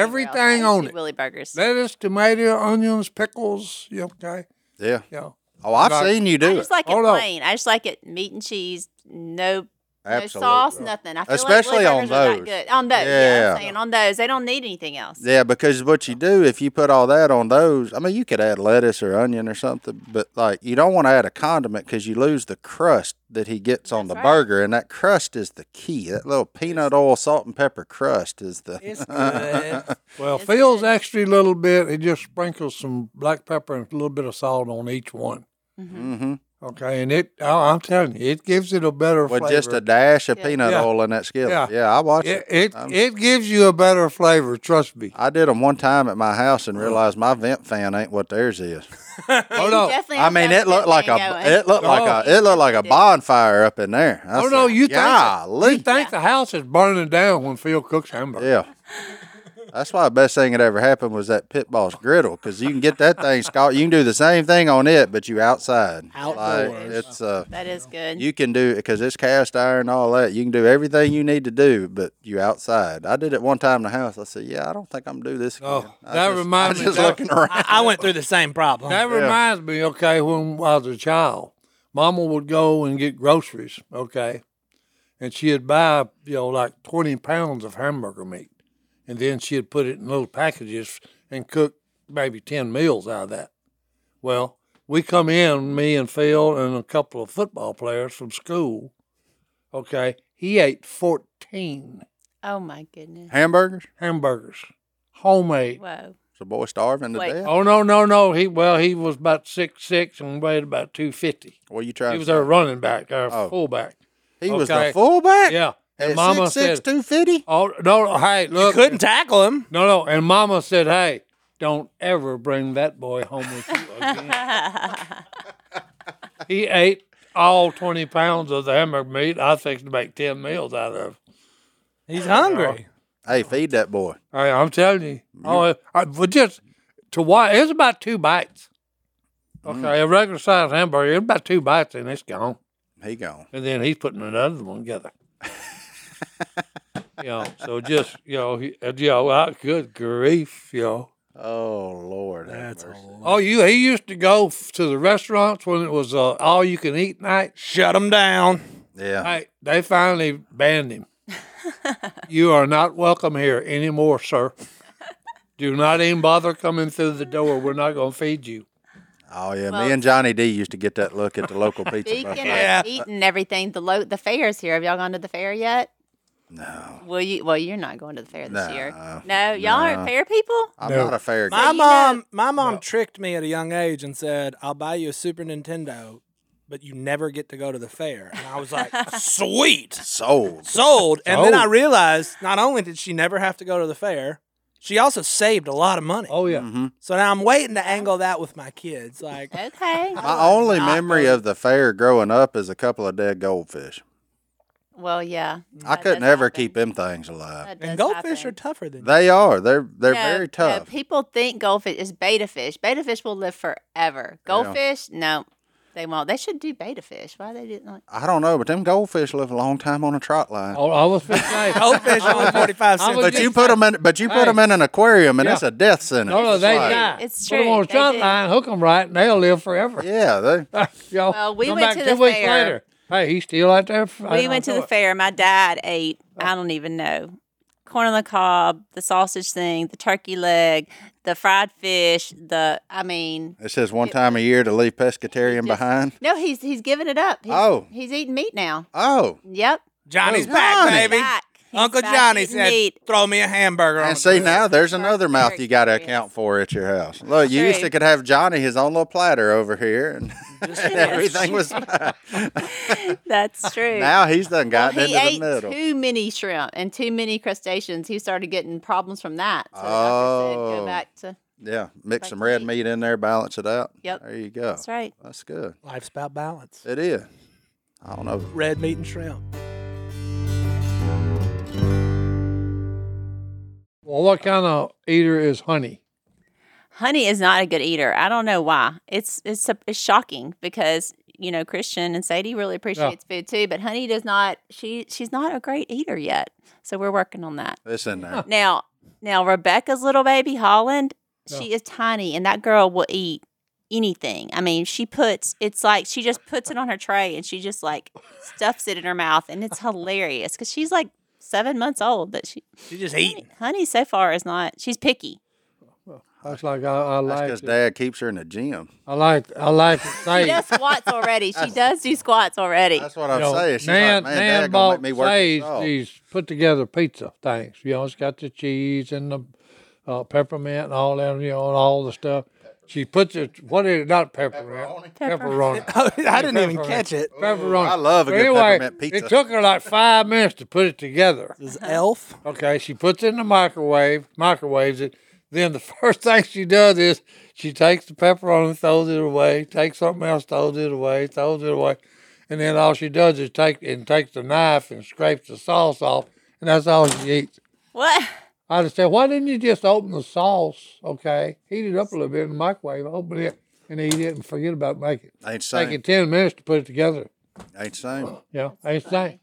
Speaker 1: everything
Speaker 4: eat
Speaker 1: on
Speaker 4: two
Speaker 1: it.
Speaker 4: Willie burgers.
Speaker 1: Lettuce, tomato, onions, pickles, you okay?
Speaker 3: Yeah.
Speaker 1: You know.
Speaker 3: Oh, I've
Speaker 1: Like-
Speaker 3: seen you do
Speaker 4: I
Speaker 3: it.
Speaker 4: just like it
Speaker 1: Hold on.
Speaker 4: plain. I just like it meat and cheese, no
Speaker 3: Absolutely.
Speaker 4: No sauce, nothing. I feel
Speaker 3: Especially
Speaker 4: like
Speaker 3: on
Speaker 4: Willie Burgers are that
Speaker 3: those.
Speaker 4: Good. On those, yeah.
Speaker 3: Yeah.
Speaker 4: I'm saying on those, they don't need anything else.
Speaker 3: Yeah, because what you do if you put all that on those, I mean, you could add lettuce or onion or something, but like you don't want to add a condiment because you lose the crust that he gets on the
Speaker 4: That's right.
Speaker 3: burger, and that crust is the key. That little peanut oil, salt and pepper crust is the.
Speaker 2: It's mm-hmm. good.
Speaker 1: Well, Phil's extra little bit. He just sprinkles some black pepper and a little bit of salt on each one.
Speaker 3: hmm
Speaker 1: Okay, and it, I- I'm telling you, it gives it a better
Speaker 3: With
Speaker 1: flavor.
Speaker 3: just a dash of peanut
Speaker 1: Yeah.
Speaker 3: oil in that skillet. Yeah,
Speaker 1: Yeah.
Speaker 3: I watched
Speaker 1: it
Speaker 3: it.
Speaker 1: it, it gives you a better flavor. Trust me.
Speaker 3: I did them one time at my house and realized my vent fan ain't what theirs is.
Speaker 4: Yeah,
Speaker 1: Hold
Speaker 4: you
Speaker 1: on.
Speaker 4: definitely
Speaker 3: I
Speaker 4: have to
Speaker 3: mean,
Speaker 4: have
Speaker 3: it looked
Speaker 4: good
Speaker 3: like a
Speaker 4: thing going.
Speaker 3: it looked like a
Speaker 4: Oh.
Speaker 3: it looked like a
Speaker 4: Yeah.
Speaker 3: bonfire up in there. I
Speaker 1: Oh no,
Speaker 3: said,
Speaker 1: you think
Speaker 3: golly.
Speaker 1: you think the house is burning down when Phil cooks hamburgers?
Speaker 3: Yeah. That's why the best thing that ever happened was that pit boss griddle because you can get that thing scorched. You can do the same thing on it, but you outside. Like,
Speaker 2: Outdoors.
Speaker 3: it's uh,
Speaker 4: That is good.
Speaker 3: you can do because it's cast iron and all that. You can do everything you need to do, but you outside. I did it one time in the house. I said, "Yeah, I don't think I'm gonna do this." Again.
Speaker 1: Oh,
Speaker 3: I
Speaker 1: that
Speaker 3: just,
Speaker 1: reminds
Speaker 3: I'm
Speaker 1: me-
Speaker 3: just
Speaker 1: that-
Speaker 3: looking around.
Speaker 2: I, I went through the same problem.
Speaker 1: That reminds me, okay, when I was a child, Mama would go and get groceries, okay, and she'd buy, you know, like 20 pounds of hamburger meat. And then she'd put it in little packages and cook maybe 10 meals out of that. Well, we come in, me and Phil and a couple of football players from school, okay, he ate 14
Speaker 4: oh my goodness.
Speaker 3: Hamburgers?
Speaker 1: hamburgers, homemade.
Speaker 4: Whoa.
Speaker 3: Is the boy starving to
Speaker 4: Wait.
Speaker 3: death?
Speaker 1: Oh, no, no, no. He Well, he was about six six and weighed about 250.
Speaker 3: Well, you trying?
Speaker 1: He was our running back, our
Speaker 3: Oh.
Speaker 1: fullback.
Speaker 3: he was the
Speaker 1: okay.
Speaker 3: fullback.
Speaker 1: Yeah. And
Speaker 3: At
Speaker 1: Mama
Speaker 3: six six
Speaker 1: said,
Speaker 3: two fifty.
Speaker 1: "Oh no, no, hey, look,
Speaker 2: Couldn't tackle him.
Speaker 1: no, no." And Mama said, "Hey, don't ever bring that boy home with you again." he ate all twenty pounds of the hamburger meat. I think to make ten meals out of.
Speaker 2: He's hungry.
Speaker 3: Hey, feed that boy.
Speaker 1: Hey, I'm telling you. Oh, I, but just to why it was about two bites.
Speaker 3: Mm.
Speaker 1: Okay, a regular sized hamburger, it's about two bites, and it's gone.
Speaker 3: He gone.
Speaker 1: and then he's putting another one together. you know, so just you know, he, uh, you know, I, good grief, you know.
Speaker 3: Oh Lord, have
Speaker 2: That's a
Speaker 3: mercy.
Speaker 2: lot.
Speaker 1: Oh, you he used to go f- to the restaurants when it was uh, all you can eat night.
Speaker 2: Shut him down.
Speaker 3: yeah.
Speaker 1: Hey, they finally banned him. you are not welcome here anymore, sir. Do not even bother coming through the door. We're not going to feed you.
Speaker 3: Oh yeah, me and Johnny D used to get that look at the local pizza
Speaker 4: Speaking
Speaker 3: buffet.
Speaker 4: of
Speaker 2: Yeah.
Speaker 4: eating everything, the lo- the fair's here. Have y'all gone to the fair yet?
Speaker 3: No,
Speaker 4: Well, you well you're not going to the fair this year.
Speaker 3: No,
Speaker 4: No, y'all aren't fair people.
Speaker 3: I'm
Speaker 1: No.
Speaker 3: not a fair guy.
Speaker 2: My
Speaker 4: you know-
Speaker 2: mom, my mom tricked me at a young age and said, "I'll buy you a Super Nintendo, but you never get to go to the fair." And I was like, "Sweet,
Speaker 3: Sold.
Speaker 2: sold." And then I
Speaker 1: Sold.
Speaker 2: realized not only did she never have to go to the fair, she also saved a lot of money.
Speaker 1: Oh yeah,
Speaker 3: Mm-hmm.
Speaker 2: So now I'm waiting to angle that with my kids. Like,
Speaker 4: Okay.
Speaker 3: My only memory of the fair growing up is a couple of dead goldfish.
Speaker 4: Well, yeah.
Speaker 3: I
Speaker 4: that
Speaker 3: could
Speaker 4: does
Speaker 3: never
Speaker 4: happen.
Speaker 3: keep them things alive.
Speaker 4: That
Speaker 2: And
Speaker 4: does
Speaker 2: goldfish
Speaker 4: happen.
Speaker 2: are tougher than
Speaker 3: They are. They're they're
Speaker 4: No,
Speaker 3: very
Speaker 4: no,
Speaker 3: tough.
Speaker 4: people think goldfish is beta fish. Beta fish will live forever. Goldfish, no, they won't. They should do beta fish. Why they didn't? Like,
Speaker 3: I don't know, but them goldfish live a long time on a trot line.
Speaker 1: Oh, I was fixing to say.
Speaker 2: goldfish
Speaker 1: I
Speaker 2: only
Speaker 1: was-
Speaker 2: forty five
Speaker 1: I
Speaker 2: cents.
Speaker 1: was
Speaker 3: but
Speaker 1: just
Speaker 3: you put
Speaker 1: saying-
Speaker 3: them in. But you put
Speaker 1: Hey.
Speaker 3: 'em in an aquarium, and
Speaker 1: Yeah.
Speaker 3: it's a death sentence.
Speaker 1: No, no,
Speaker 3: It's
Speaker 1: they
Speaker 3: like-
Speaker 1: die.
Speaker 4: It's
Speaker 1: Put them on
Speaker 4: true,
Speaker 1: a
Speaker 4: they
Speaker 1: trot
Speaker 4: do.
Speaker 1: line, hook them right, and they'll live forever.
Speaker 3: Yeah, they.
Speaker 1: Y'all
Speaker 4: Well, we
Speaker 1: come
Speaker 4: went
Speaker 1: back
Speaker 4: to
Speaker 1: two
Speaker 4: the
Speaker 1: weeks
Speaker 4: fair.
Speaker 1: later. Hey, he's still out there.
Speaker 4: we went to the fair. My dad ate.
Speaker 2: Oh.
Speaker 4: I don't even know. Corn on the cob, the sausage thing, the turkey leg, the fried fish. The I mean,
Speaker 3: It says one time a year to leave pescatarian
Speaker 4: just-
Speaker 3: behind.
Speaker 4: no, he's he's giving it up. He's,
Speaker 3: Oh.
Speaker 4: he's eating meat now.
Speaker 3: Oh,
Speaker 4: Yep,
Speaker 2: Johnny's
Speaker 3: Oh,
Speaker 2: back,
Speaker 3: Johnny.
Speaker 2: baby.
Speaker 4: Back. He's
Speaker 2: Uncle
Speaker 4: back
Speaker 2: Johnny
Speaker 4: eating
Speaker 2: said,
Speaker 4: meat.
Speaker 2: "Throw me a hamburger." on
Speaker 3: and
Speaker 2: the
Speaker 3: see
Speaker 2: grill."
Speaker 3: now there's another mouth you got to
Speaker 4: Very
Speaker 3: account for at your house. Look, you used to
Speaker 4: True.
Speaker 3: could have Johnny his own little platter over here, and, and everything was. fine.
Speaker 4: "That's true."
Speaker 3: now he's done
Speaker 4: Well,
Speaker 3: gotten
Speaker 4: he
Speaker 3: into
Speaker 4: ate
Speaker 3: the middle.
Speaker 4: too many shrimp and too many crustaceans. He started getting problems from that. So the doctor said,
Speaker 3: Oh.
Speaker 4: go back to.
Speaker 3: Yeah, mix
Speaker 4: Like
Speaker 3: some red
Speaker 4: meat.
Speaker 3: meat in there, balance it out.
Speaker 4: Yep.
Speaker 3: there you go.
Speaker 4: That's right.
Speaker 3: That's good.
Speaker 2: Life's about balance.
Speaker 3: It is. I don't know.
Speaker 2: Red meat and shrimp.
Speaker 1: Well, what kind of eater is honey?
Speaker 4: Honey is not a good eater. I don't know why. It's it's it's shocking because you know Christian and Sadie really appreciates food too, but Honey does not. She she's not a great eater yet. So we're working on that.
Speaker 3: It's in there.
Speaker 4: Now now Rebecca's little baby Holland,
Speaker 1: Yeah.
Speaker 4: she is tiny, and that girl will eat anything. I mean, she puts it's like she just puts it on her tray and she just like stuffs it in her mouth, and it's hilarious because she's like seven months old, but she
Speaker 2: She just eating.
Speaker 4: honey so far is not. She's picky.
Speaker 1: That's like I, I
Speaker 3: That's
Speaker 1: like.
Speaker 3: because
Speaker 1: it.
Speaker 3: Dad keeps her in the gym.
Speaker 1: I like. I like to
Speaker 4: She
Speaker 1: say.
Speaker 4: does squats already. She does do squats already.
Speaker 3: That's what I'm
Speaker 1: you know,
Speaker 3: saying. She's
Speaker 1: Nan,
Speaker 3: like, man,
Speaker 1: Nan
Speaker 3: Dad gonna
Speaker 1: bought
Speaker 3: make me work
Speaker 1: Say's
Speaker 3: this off."
Speaker 1: these put together pizza things. You know, it's got the cheese and the uh, peppermint and all that. You know, and all the stuff. She puts it. What is it? Not peppermint. Pepperoni.
Speaker 2: I didn't even catch it.
Speaker 1: Pepperoni.
Speaker 3: I love a
Speaker 1: But
Speaker 3: good
Speaker 1: anyway,
Speaker 3: peppermint pizza.
Speaker 1: It took her like five minutes to put it together.
Speaker 2: This is Elf.
Speaker 1: Okay, she puts it in the microwave, microwaves it. Then the first thing she does is she takes the pepperoni, throws it away, takes something else, throws it away, throws it away. And then all she does is take and takes the knife and scrapes the sauce off, and that's all she eats.
Speaker 4: What?
Speaker 1: I just said, why didn't you just open the sauce, okay, heat it up a little bit in the microwave, open it, and eat it, and forget about making it.
Speaker 3: Ain't
Speaker 1: Take
Speaker 3: same.
Speaker 1: it 10 minutes to put it together.
Speaker 3: Ain't same.
Speaker 1: Yeah, ain't thing.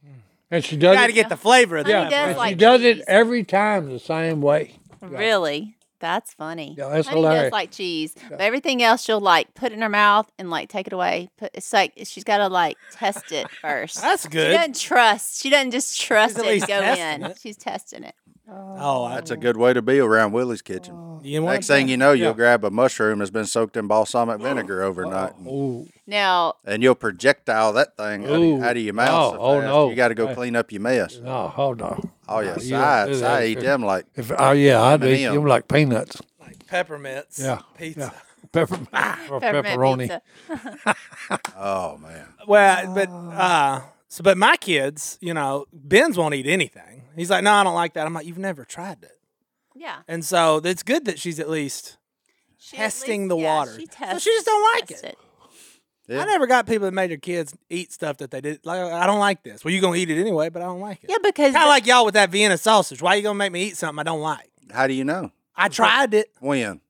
Speaker 1: And she does
Speaker 2: Got to
Speaker 1: it,
Speaker 2: get the flavor of
Speaker 4: Honey
Speaker 2: that.
Speaker 4: does
Speaker 1: and she
Speaker 4: like
Speaker 1: does it
Speaker 4: cheese.
Speaker 1: every time the same way.
Speaker 4: Really? That's funny.
Speaker 1: Yeah, that's
Speaker 4: Honey
Speaker 1: hilarious.
Speaker 4: does like cheese, but everything else she'll like put in her mouth and like take it away. Put, it's like she's got to like test it first.
Speaker 2: That's
Speaker 4: She
Speaker 2: good.
Speaker 4: doesn't trust. She doesn't just trust
Speaker 2: at
Speaker 4: it
Speaker 2: least
Speaker 4: and go
Speaker 2: testing
Speaker 4: in.
Speaker 2: it.
Speaker 4: She's testing it.
Speaker 2: Oh, I,
Speaker 3: That's a good way to be around Willie's kitchen.
Speaker 2: you want
Speaker 3: Next thing you know, you'll
Speaker 1: Yeah.
Speaker 3: grab a mushroom that's been soaked in balsamic vinegar overnight,
Speaker 1: Oh,
Speaker 4: Now,
Speaker 3: and you'll projectile that thing out of,
Speaker 1: Ooh.
Speaker 3: out of your mouth.
Speaker 1: No,
Speaker 3: so
Speaker 1: oh,
Speaker 3: fast,
Speaker 1: no.
Speaker 3: You got to go
Speaker 1: Hey.
Speaker 3: clean up your mess.
Speaker 1: no, hold on.
Speaker 3: Oh yeah,
Speaker 1: you don't do
Speaker 3: sides.
Speaker 1: that.
Speaker 3: I eat them like
Speaker 1: If oh yeah, I'd eat
Speaker 3: M&M.
Speaker 1: them like peanuts.
Speaker 2: like peppermints.
Speaker 1: Yeah,
Speaker 2: Pizza.
Speaker 1: yeah. Pepper, or
Speaker 4: peppermint
Speaker 1: pepperoni.
Speaker 4: pizza.
Speaker 3: oh man.
Speaker 2: Well, but uh, so but my kids, you know, Ben's won't eat anything. He's like, no, I don't like that. I'm like, you've never tried it,
Speaker 4: Yeah.
Speaker 2: and so it's good that she's at least.
Speaker 4: She at
Speaker 2: Testing
Speaker 4: least-
Speaker 2: the
Speaker 4: yeah,
Speaker 2: water.
Speaker 4: She
Speaker 2: So
Speaker 4: tests,
Speaker 2: she just don't like
Speaker 4: tests
Speaker 2: it.
Speaker 3: Yeah.
Speaker 2: I never got people that made their kids eat stuff that they did. Like, I don't like this. Well, you're gonna eat it anyway, but I don't like it.
Speaker 4: Yeah, because
Speaker 2: Kind
Speaker 4: the-
Speaker 2: of like y'all with that Vienna sausage. Why you gonna make me eat something I don't like?
Speaker 3: How do you know
Speaker 2: I tried it.
Speaker 3: when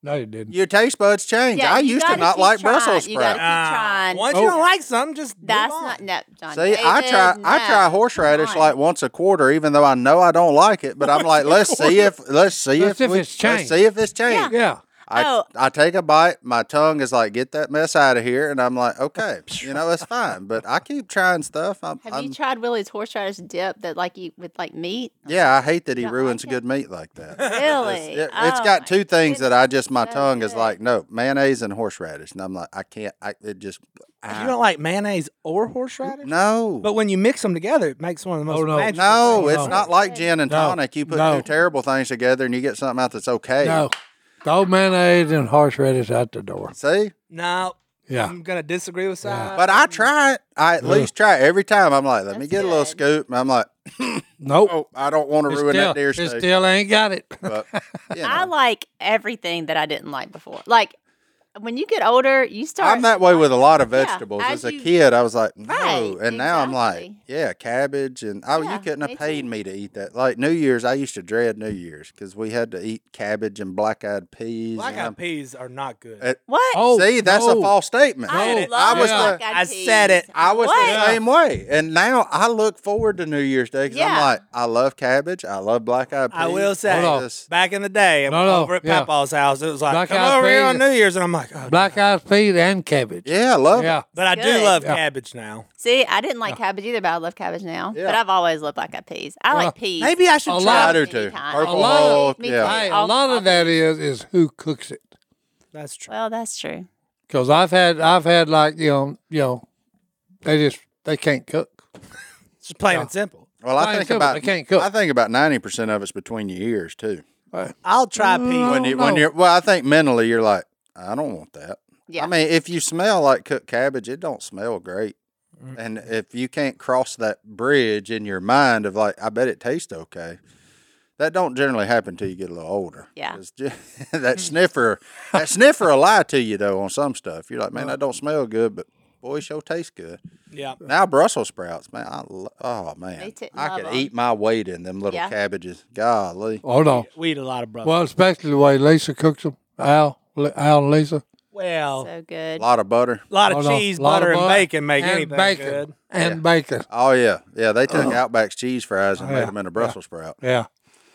Speaker 1: No, you didn't.
Speaker 3: your taste buds change?
Speaker 4: Yeah,
Speaker 3: I
Speaker 4: you
Speaker 3: used to
Speaker 4: gotta
Speaker 3: not
Speaker 4: keep
Speaker 3: like Brussels
Speaker 4: trying. You gotta
Speaker 3: sprouts.
Speaker 4: keep
Speaker 2: Ah,
Speaker 4: trying.
Speaker 2: Once
Speaker 1: Oh.
Speaker 2: you don't like something, just move
Speaker 4: That's
Speaker 2: on.
Speaker 4: not no, John.
Speaker 3: See, I
Speaker 4: David,
Speaker 3: try I try
Speaker 4: no,
Speaker 3: horseradish
Speaker 4: come on.
Speaker 3: like once a quarter, even though I know I don't like it. But I'm like, let's see if let's see
Speaker 1: Let's
Speaker 3: if,
Speaker 1: if
Speaker 3: we-
Speaker 1: it's
Speaker 3: let's
Speaker 1: changed.
Speaker 3: see if it's changed.
Speaker 1: Yeah,
Speaker 3: I
Speaker 4: Oh.
Speaker 3: I take a bite, my tongue is like, get that mess out of here, and I'm like, okay, you know, it's fine. But I keep trying stuff. I'm,
Speaker 4: Have
Speaker 3: I'm
Speaker 4: you tried Willie's horseradish dip that like you with like meat?
Speaker 3: yeah, I hate that he
Speaker 4: don't
Speaker 3: ruins
Speaker 4: like
Speaker 3: good meat like that. It's,
Speaker 4: Really?
Speaker 3: it, has
Speaker 4: Oh,
Speaker 3: got
Speaker 4: my
Speaker 3: two things that I just my
Speaker 4: so
Speaker 3: tongue is
Speaker 4: good.
Speaker 3: like, no, mayonnaise and horseradish, and I'm like, I can't. I it just
Speaker 2: You don't like mayonnaise or horseradish,
Speaker 3: no.
Speaker 2: but when you mix them together, it makes one of the most.
Speaker 1: Oh, no.
Speaker 2: magical
Speaker 3: no,
Speaker 2: things.
Speaker 3: it's not like gin and
Speaker 1: No.
Speaker 3: tonic. You put
Speaker 1: No.
Speaker 3: two terrible things together and you get something out that's okay.
Speaker 1: no. Throw mayonnaise and horseradish out the door.
Speaker 3: See?
Speaker 2: No,
Speaker 1: Yeah,
Speaker 2: I'm gonna disagree with Sai.
Speaker 3: But I try it. I at least try it every time. I'm like, let me
Speaker 4: That's
Speaker 3: get a little
Speaker 4: good.
Speaker 3: scoop. And I'm like,
Speaker 1: nope.
Speaker 3: oh, I don't want to
Speaker 1: It
Speaker 3: ruin
Speaker 1: still,
Speaker 3: that deer
Speaker 1: it
Speaker 3: steak.
Speaker 1: still ain't got it.
Speaker 3: But, you know.
Speaker 4: I like everything that I didn't like before. Like when you get older, you start.
Speaker 3: I'm that way with a lot of
Speaker 4: Yeah,
Speaker 3: vegetables. As
Speaker 4: as
Speaker 3: a
Speaker 4: you-
Speaker 3: kid, I was like, no.
Speaker 4: Right,
Speaker 3: and now I'm like,
Speaker 4: exactly.
Speaker 3: yeah, cabbage. And oh,
Speaker 4: Yeah,
Speaker 3: you couldn't
Speaker 4: me
Speaker 3: have paid
Speaker 4: too.
Speaker 3: me to eat that. Like New Year's, I used to dread New Year's because we had to eat cabbage and black eyed peas.
Speaker 2: Black
Speaker 3: and
Speaker 2: eyed
Speaker 3: I'm-
Speaker 2: peas are not good.
Speaker 3: Uh,
Speaker 4: What?
Speaker 1: Oh,
Speaker 3: See, that's
Speaker 1: no.
Speaker 3: a false statement.
Speaker 4: I
Speaker 1: No,
Speaker 4: love
Speaker 3: I was
Speaker 1: yeah.
Speaker 3: the-
Speaker 4: black-eyed
Speaker 2: I said
Speaker 4: peas.
Speaker 2: it.
Speaker 3: I was
Speaker 4: What?
Speaker 3: the same way. And now I look forward to New Year's Day because
Speaker 4: Yeah.
Speaker 3: I'm like, I love cabbage. I love black eyed peas.
Speaker 2: I will say,
Speaker 1: Hold on.
Speaker 3: This-
Speaker 2: back in the day,
Speaker 1: No, no,
Speaker 2: over at
Speaker 1: yeah.
Speaker 2: Papa's house, it was like,
Speaker 1: Black
Speaker 2: come
Speaker 1: eyed
Speaker 2: over here on
Speaker 1: peas.
Speaker 2: New Year's. And I'm like, oh,
Speaker 1: Black eyed peas and cabbage.
Speaker 3: Yeah, I love
Speaker 1: Yeah.
Speaker 2: but I do
Speaker 4: Good.
Speaker 2: love
Speaker 1: Yeah.
Speaker 2: cabbage now.
Speaker 4: See, I didn't like cabbage either, but I love cabbage now. But
Speaker 3: Yeah.
Speaker 4: I've alys loved black eyed peas. I
Speaker 1: Well,
Speaker 4: like peas.
Speaker 2: Maybe I should
Speaker 1: A
Speaker 3: it.
Speaker 1: lot-
Speaker 2: try.
Speaker 3: I do
Speaker 4: Anytime.
Speaker 3: too.
Speaker 4: A
Speaker 3: Purple
Speaker 4: lot of-
Speaker 3: Hulk.
Speaker 4: me
Speaker 3: yeah.
Speaker 4: too.
Speaker 1: Hey, a
Speaker 4: I'll-
Speaker 1: lot of that is is who cooks it.
Speaker 2: That's true.
Speaker 4: Well, that's true.
Speaker 1: Because I've had I've had like you know you know they just they can't cook.
Speaker 2: It's just plain and simple.
Speaker 3: Well,
Speaker 1: Plain
Speaker 3: I
Speaker 1: and
Speaker 3: think
Speaker 1: simple,
Speaker 3: about
Speaker 1: they can't cook.
Speaker 3: I think about ninety percent of it's between your ears too.
Speaker 2: I'll try
Speaker 4: Mm. Oh,
Speaker 2: peas.
Speaker 3: When you when
Speaker 1: no.
Speaker 3: you're well, I think mentally you're like, I don't want that.
Speaker 4: Yeah.
Speaker 3: I mean, if you smell like cooked cabbage, it don't smell great.
Speaker 1: Mm.
Speaker 3: And if you can't cross that bridge in your mind of like, I bet it tastes okay. That don't generally happen till you get a little older.
Speaker 4: Yeah. Mm.
Speaker 3: 'Cause ju- that sniffer, that sniffer will lie to you though on some stuff. You're like, man, that don't smell good, but boy, it sure tastes good.
Speaker 2: Yeah.
Speaker 3: Now Brussels sprouts, man, I lo- oh
Speaker 4: Me
Speaker 3: man,
Speaker 4: too.
Speaker 3: I could
Speaker 4: Love 'em.
Speaker 3: eat my weight in them little
Speaker 4: Yeah.
Speaker 3: cabbages. Golly,
Speaker 1: Hold on.
Speaker 2: We eat a lot of brothers.
Speaker 1: Well, especially the way Lisa cooks them. Al, Li- Al and Lisa.
Speaker 2: Well,
Speaker 4: So good.
Speaker 3: a Oh, lot of butter.
Speaker 2: a lot of
Speaker 1: Hold on.
Speaker 2: cheese,
Speaker 1: Lot
Speaker 2: butter, and
Speaker 1: butter
Speaker 2: bacon make
Speaker 1: and
Speaker 2: anything
Speaker 1: bacon,
Speaker 2: good.
Speaker 1: And bacon.
Speaker 3: Oh yeah, yeah. They took Outback's cheese fries and made 'em
Speaker 1: yeah,
Speaker 3: made them into Brussels sprout.
Speaker 1: Yeah.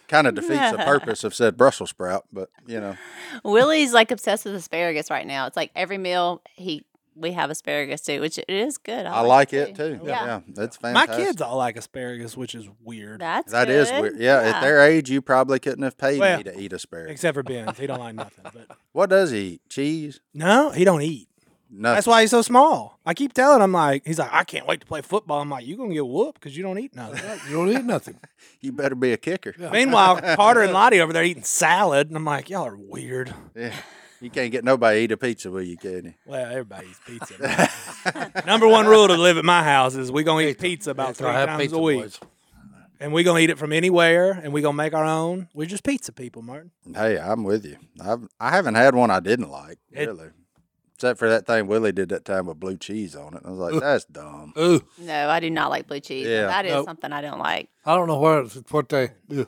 Speaker 3: Kind of defeats the purpose of said Brussels sprout, but you know,
Speaker 4: Willie's like obsessed with asparagus right now. It's like every meal he we have asparagus too, which it is good.
Speaker 3: I like it too.
Speaker 4: Yeah.
Speaker 3: Yeah, it's
Speaker 2: My
Speaker 3: fantastic.
Speaker 2: kids all like asparagus, which is weird.
Speaker 4: That's
Speaker 3: That is
Speaker 4: good.
Speaker 3: weird. Yeah, at their age, you probably couldn't have paid
Speaker 2: Well,
Speaker 3: me to eat asparagus.
Speaker 2: Except for Ben's. He don't like nothing. But
Speaker 3: What does he eat? Cheese?
Speaker 2: No, he don't eat.
Speaker 3: Nothing.
Speaker 2: That's why he's so small. I keep telling him like he's like I can't wait to play football. I'm like you gonna get whooped because you don't eat nothing.
Speaker 1: You don't eat nothing.
Speaker 3: you better be a kicker. Yeah.
Speaker 2: Meanwhile, Carter and Lottie over there eating salad, and I'm like y'all are weird.
Speaker 3: You can't get nobody to eat a pizza with you, can you?
Speaker 2: Well, everybody eats pizza. Number one rule to live at my house is we gonna eat pizza about
Speaker 1: That's
Speaker 2: three
Speaker 1: right, I have
Speaker 2: times
Speaker 1: pizza
Speaker 2: a week,
Speaker 1: boys.
Speaker 2: and we gonna eat it from anywhere, and we gonna make our own. We're just pizza people, Martin.
Speaker 3: Hey, I'm with you. I've I haven't had one I didn't like
Speaker 2: It-
Speaker 3: really, except for that thing Willie did that time with blue cheese on it. I was like, that's dumb.
Speaker 1: Ooh,
Speaker 4: No, I do not like blue cheese.
Speaker 3: Yeah.
Speaker 4: That is
Speaker 1: Nope.
Speaker 4: something I don't like.
Speaker 1: I don't know where it's- what they do.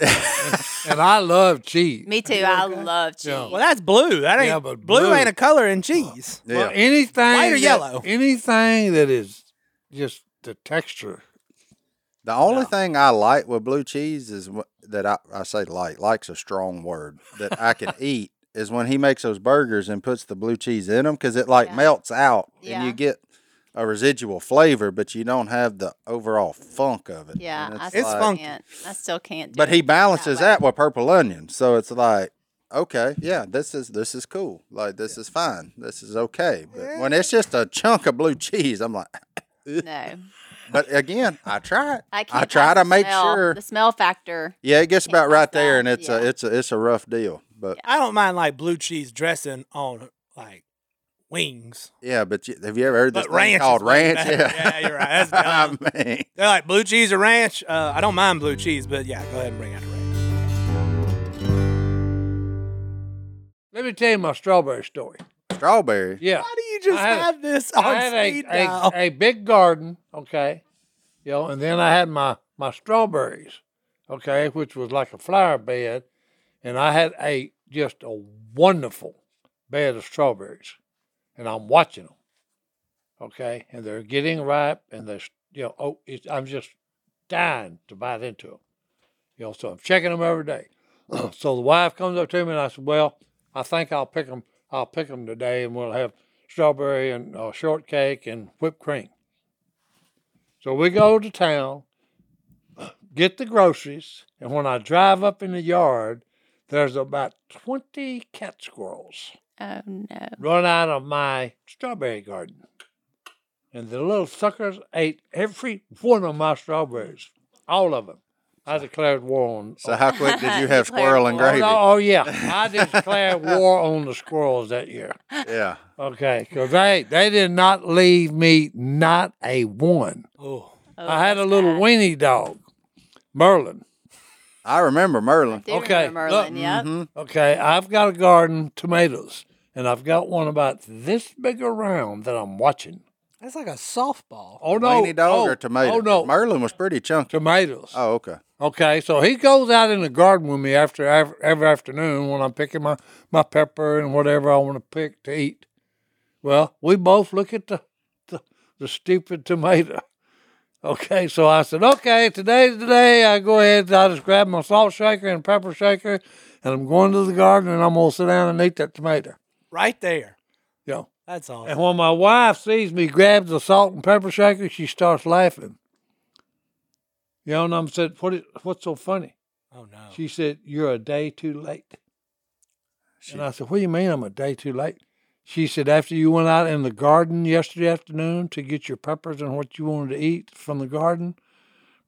Speaker 1: and, and I love cheese.
Speaker 4: Me too. I love cheese.
Speaker 1: Yeah.
Speaker 2: Well, that's blue. That ain't
Speaker 1: Yeah, but
Speaker 2: blue,
Speaker 1: blue-
Speaker 2: ain't a color in cheese.
Speaker 3: Yeah.
Speaker 1: Well, anything
Speaker 2: White or
Speaker 1: that-
Speaker 2: yellow?
Speaker 1: Anything that is just the texture.
Speaker 3: The only thing I like with blue cheese is wh- that I, I say like, like's a strong word that I can eat is when he makes those burgers and puts the blue cheese in them because it like
Speaker 4: Yeah.
Speaker 3: melts out and
Speaker 4: Yeah.
Speaker 3: you get a residual flavor, but you don't have the overall funk of it.
Speaker 4: Yeah,
Speaker 3: And
Speaker 4: I
Speaker 3: it's
Speaker 4: still
Speaker 2: It's
Speaker 3: like-
Speaker 2: fun. funky.
Speaker 4: can't. I still can't. do
Speaker 3: But he
Speaker 4: it.
Speaker 3: balances
Speaker 4: way.
Speaker 3: that with purple onion, so it's like, okay, yeah, this is this is cool, like this is fine, this is okay. But when it's just a chunk of blue cheese, I'm like,
Speaker 4: No,
Speaker 3: but again, I try it.
Speaker 4: I can't.
Speaker 3: try
Speaker 4: I
Speaker 3: to make
Speaker 4: smell-
Speaker 3: sure
Speaker 4: the smell factor.
Speaker 3: Yeah, it gets
Speaker 4: Can't
Speaker 3: about
Speaker 4: pass
Speaker 3: right there,
Speaker 4: that,
Speaker 3: and it's
Speaker 4: yeah.
Speaker 3: a it's a it's a rough deal. But
Speaker 2: I don't mind like blue cheese dressing on like wings,
Speaker 3: yeah, but you, have you ever heard this
Speaker 2: but
Speaker 3: thing
Speaker 2: ranch is
Speaker 3: called
Speaker 2: way
Speaker 3: ranch?
Speaker 2: better.
Speaker 3: Yeah,
Speaker 2: you're right. That's dumb.
Speaker 3: I mean,
Speaker 2: They're like blue cheese or ranch. Uh, I don't mind blue cheese, but yeah, go ahead and bring out the ranch.
Speaker 1: Let me tell you my strawberry story.
Speaker 3: strawberry.
Speaker 1: Yeah.
Speaker 2: Why do you just
Speaker 1: I had-
Speaker 2: have this on
Speaker 1: I had
Speaker 2: speed
Speaker 1: a,
Speaker 2: dial?
Speaker 1: a, a big garden, okay, you know, and then I had my my strawberries, okay, which was like a flower bed, and I had a just a wonderful bed of strawberries, and I'm watching them, okay, and they're getting ripe, and they're s- you know, oh, it's, I'm just dying to bite into them, you know, so I'm checking them every day. so the wife comes up to me and I said, well, I think I'll pick them. I'll pick them today, and we'll have strawberry and uh, shortcake and whipped cream. So we go to town, get the groceries, and when I drive up in the yard, there's about 20 cat squirrels
Speaker 4: Oh no.
Speaker 1: run out of my strawberry garden. And the little suckers ate every one of my strawberries, all of them. I declared war on.
Speaker 3: So how quick did you have
Speaker 4: Declared
Speaker 3: squirrel and
Speaker 4: war.
Speaker 1: oh,
Speaker 3: gravy?
Speaker 1: no, oh, yeah. I declared war on the squirrels that year.
Speaker 3: Yeah,
Speaker 1: Okay, because they they did not leave me not a one.
Speaker 2: Oh,
Speaker 4: Oh,
Speaker 1: I had a
Speaker 4: that's
Speaker 1: little
Speaker 4: bad.
Speaker 1: weenie dog, Merlin.
Speaker 3: I remember Merlin.
Speaker 4: Do you
Speaker 1: Okay,
Speaker 4: remember Merlin?
Speaker 3: Mm-hmm.
Speaker 1: look,
Speaker 4: yep.
Speaker 1: Okay, I've got a garden, tomatoes. and I've got one about this big around that I'm watching.
Speaker 2: That's like a softball.
Speaker 1: Oh no!
Speaker 3: Weenie dog
Speaker 1: oh,
Speaker 3: or tomato?
Speaker 1: Oh no!
Speaker 3: Merlin was pretty chunky.
Speaker 1: Tomatoes.
Speaker 3: Oh, okay.
Speaker 1: Okay, so he goes out in the garden with me after av- every afternoon when I'm picking my, my pepper and whatever I want to pick to eat. Well, we both look at the, the the stupid tomato. Okay, so I said, okay, today's the day. I go ahead, and I just grab my salt shaker and pepper shaker, and I'm going to the garden and I'm gonna sit down and eat that tomato.
Speaker 2: Right there.
Speaker 1: You know.
Speaker 2: That's awesome.
Speaker 1: And when my wife sees me grab the salt and pepper shaker, she starts laughing. You know, and I'm said, what is, what's so funny?
Speaker 2: Oh no.
Speaker 1: She said, You're a day too late.
Speaker 3: She-
Speaker 1: And I said, What do you mean I'm a day too late? She said, After you went out in the garden yesterday afternoon to get your peppers and what you wanted to eat from the garden,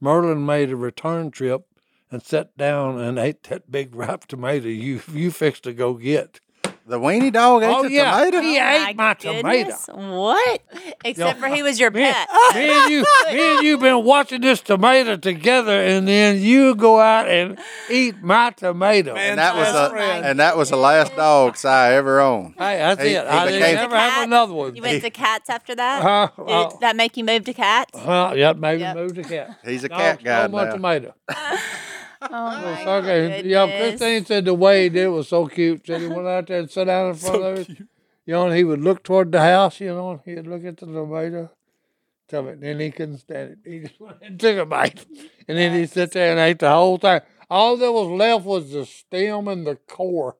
Speaker 1: Merlin made a return trip and sat down and ate that big ripe tomato you you fixed to go get.
Speaker 3: The weenie dog ate
Speaker 1: Oh,
Speaker 3: the
Speaker 1: yeah.
Speaker 3: tomato.
Speaker 1: He ate my tomato.
Speaker 4: goodness, What? Except for he was your
Speaker 1: Me,
Speaker 4: pet.
Speaker 1: me and you, me and you been watching this tomato together, and then you go out and eat my tomato.
Speaker 3: And that was
Speaker 4: That's
Speaker 3: a,
Speaker 4: right.
Speaker 3: and that was the last dog Si ever owned.
Speaker 1: hey, that's
Speaker 3: He-
Speaker 1: it.
Speaker 3: he
Speaker 1: I didn't
Speaker 3: became-
Speaker 1: ever have another one.
Speaker 4: You went to cats after that?
Speaker 1: Huh?
Speaker 4: Did
Speaker 1: Oh.
Speaker 4: that make you move to cats? Oh,
Speaker 1: Huh? Yep, maybe
Speaker 4: Yep.
Speaker 1: move to cat.
Speaker 3: He's a
Speaker 1: No,
Speaker 3: cat
Speaker 1: so
Speaker 3: guy
Speaker 1: much
Speaker 3: now.
Speaker 1: tomato.
Speaker 4: my
Speaker 1: Oh, Okay, yeah,
Speaker 4: goodness.
Speaker 1: Christine said the way he did it was so cute. Said he went out there and sat down in front of it. You know, and he would look toward the house, you know, and he'd look at the tomato. Tell me, then he couldn't stand it. He just went and took a bite. And then he sit there and ate the whole thing. All that was left was the stem and the core.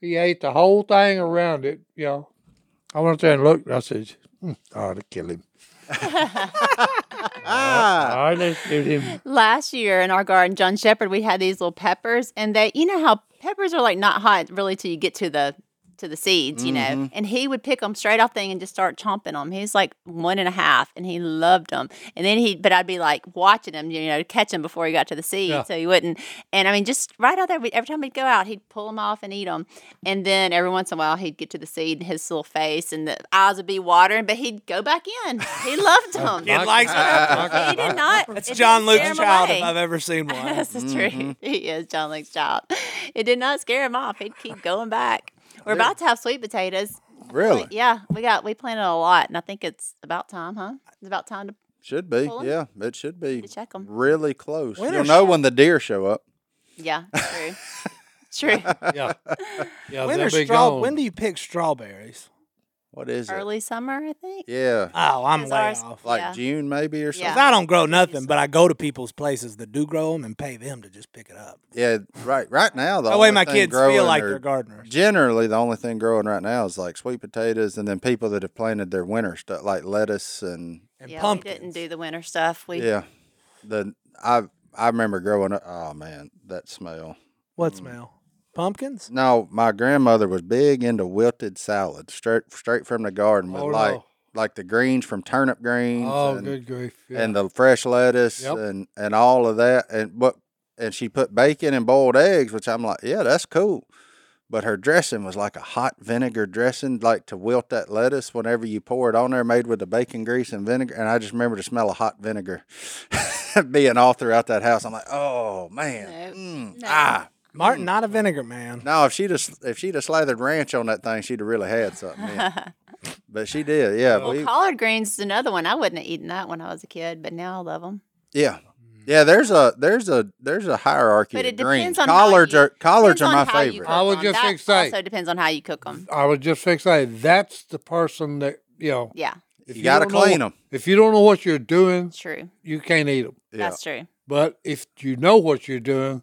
Speaker 1: He ate the whole thing around it, you know. I went up there and looked and I said, hmm, I ought to kill him.
Speaker 3: Ah,
Speaker 1: I ought to shoot him.
Speaker 4: Last year in our garden, John Shepherd, we had these little peppers, and they, you know how peppers are like not hot really till you get to the to the seeds, you know. And he would pick them straight off thing and just start chomping them. He's like one and a half, and he loved them. And then he, but I'd be like watching him, you know, catch him before he got to the seed,
Speaker 1: Yeah.
Speaker 4: so he wouldn't. And I mean, just right out there, we, every time we'd go out, he'd pull them off and eat them. And then every once in a while, he'd get to the seed, and his little face and the eyes would be watering, but he'd go back in. He loved them.
Speaker 2: Kid likes it.
Speaker 4: he did not.
Speaker 2: That's
Speaker 4: it
Speaker 2: John
Speaker 4: didn't scare
Speaker 2: Luke's
Speaker 4: him
Speaker 2: child
Speaker 4: away.
Speaker 2: if I've ever seen one.
Speaker 4: That's the truth.
Speaker 3: Mm-hmm.
Speaker 4: He is John Luke's child. It did not scare him off. He'd keep going back. We're about to have sweet potatoes.
Speaker 3: really?
Speaker 4: Yeah, we got we planted a lot, and I think it's about time, huh? It's about time to.
Speaker 3: Should be.
Speaker 4: Pull 'em?
Speaker 3: Yeah, it should be.
Speaker 4: To check 'em.
Speaker 3: Really close.
Speaker 2: When
Speaker 3: You'll
Speaker 2: are
Speaker 3: know when the deer show up.
Speaker 4: Yeah, true. true.
Speaker 1: Yeah. Yeah,
Speaker 2: When
Speaker 1: they'll
Speaker 2: are
Speaker 1: be
Speaker 2: straw?
Speaker 1: gone.
Speaker 2: When do you pick strawberries?
Speaker 3: What is
Speaker 4: Early summer, I think.
Speaker 3: it? Yeah,
Speaker 2: Oh, I'm
Speaker 4: Is
Speaker 2: way
Speaker 4: ours-
Speaker 2: off.
Speaker 3: like
Speaker 4: Yeah.
Speaker 3: June maybe or something.
Speaker 4: Yeah.
Speaker 2: 'Cause I don't grow nothing, but I go to people's places that do grow them and pay them to just pick it up.
Speaker 3: Yeah, right. Right now, the
Speaker 2: That way,
Speaker 3: only
Speaker 2: my
Speaker 3: thing
Speaker 2: kids
Speaker 3: growing
Speaker 2: feel like
Speaker 3: are-
Speaker 2: they're gardeners.
Speaker 3: Generally, the only thing growing right now is like sweet potatoes, and then people that have planted their winter stuff, like lettuce and
Speaker 2: And
Speaker 4: Yeah, we
Speaker 2: pumpkins.
Speaker 4: didn't do the winter stuff. We
Speaker 3: yeah. The I I remember growing up. Oh man, that smell. Mm.
Speaker 2: What smell? Pumpkins?
Speaker 3: No, my grandmother was big into wilted salad, straight straight from the garden with
Speaker 1: Oh,
Speaker 3: like
Speaker 1: no.
Speaker 3: like the greens from turnip greens.
Speaker 1: Oh,
Speaker 3: and,
Speaker 1: good grief. Yeah.
Speaker 3: and the fresh lettuce
Speaker 1: Yep.
Speaker 3: and and all of that and what and she put bacon and boiled eggs which i'm like yeah that's cool but her dressing was like a hot vinegar dressing like to wilt that lettuce whenever you pour it on there made with the bacon grease and vinegar and i just remember the smell of hot vinegar being all throughout that house i'm like oh man mm, ah
Speaker 2: Martin, not a vinegar man.
Speaker 3: no if she'd have if she'd have slathered ranch on that thing she'd have really had something in. but she did yeah
Speaker 4: well, collard greens is another one. I wouldn't have eaten that when I was a kid, but now I love them.
Speaker 3: Yeah. Yeah, there's a there's a there's a hierarchy.
Speaker 4: But
Speaker 3: of
Speaker 4: it
Speaker 3: greens.
Speaker 4: depends on how
Speaker 3: collards
Speaker 4: you-
Speaker 3: are collards are
Speaker 4: depends
Speaker 3: my
Speaker 4: on how you
Speaker 3: favorite.
Speaker 4: cook
Speaker 1: I was
Speaker 4: 'em.
Speaker 1: just
Speaker 4: that
Speaker 1: excited.
Speaker 4: Also depends on how you cook them.
Speaker 1: I was just fixated. That's the person that, you know,
Speaker 4: Yeah,
Speaker 1: If
Speaker 3: You gotta
Speaker 1: don't know-
Speaker 3: clean 'em.
Speaker 1: If you don't know what you're doing,
Speaker 4: true.
Speaker 1: you can't eat them.
Speaker 4: That's true.
Speaker 1: But if you know what you're doing,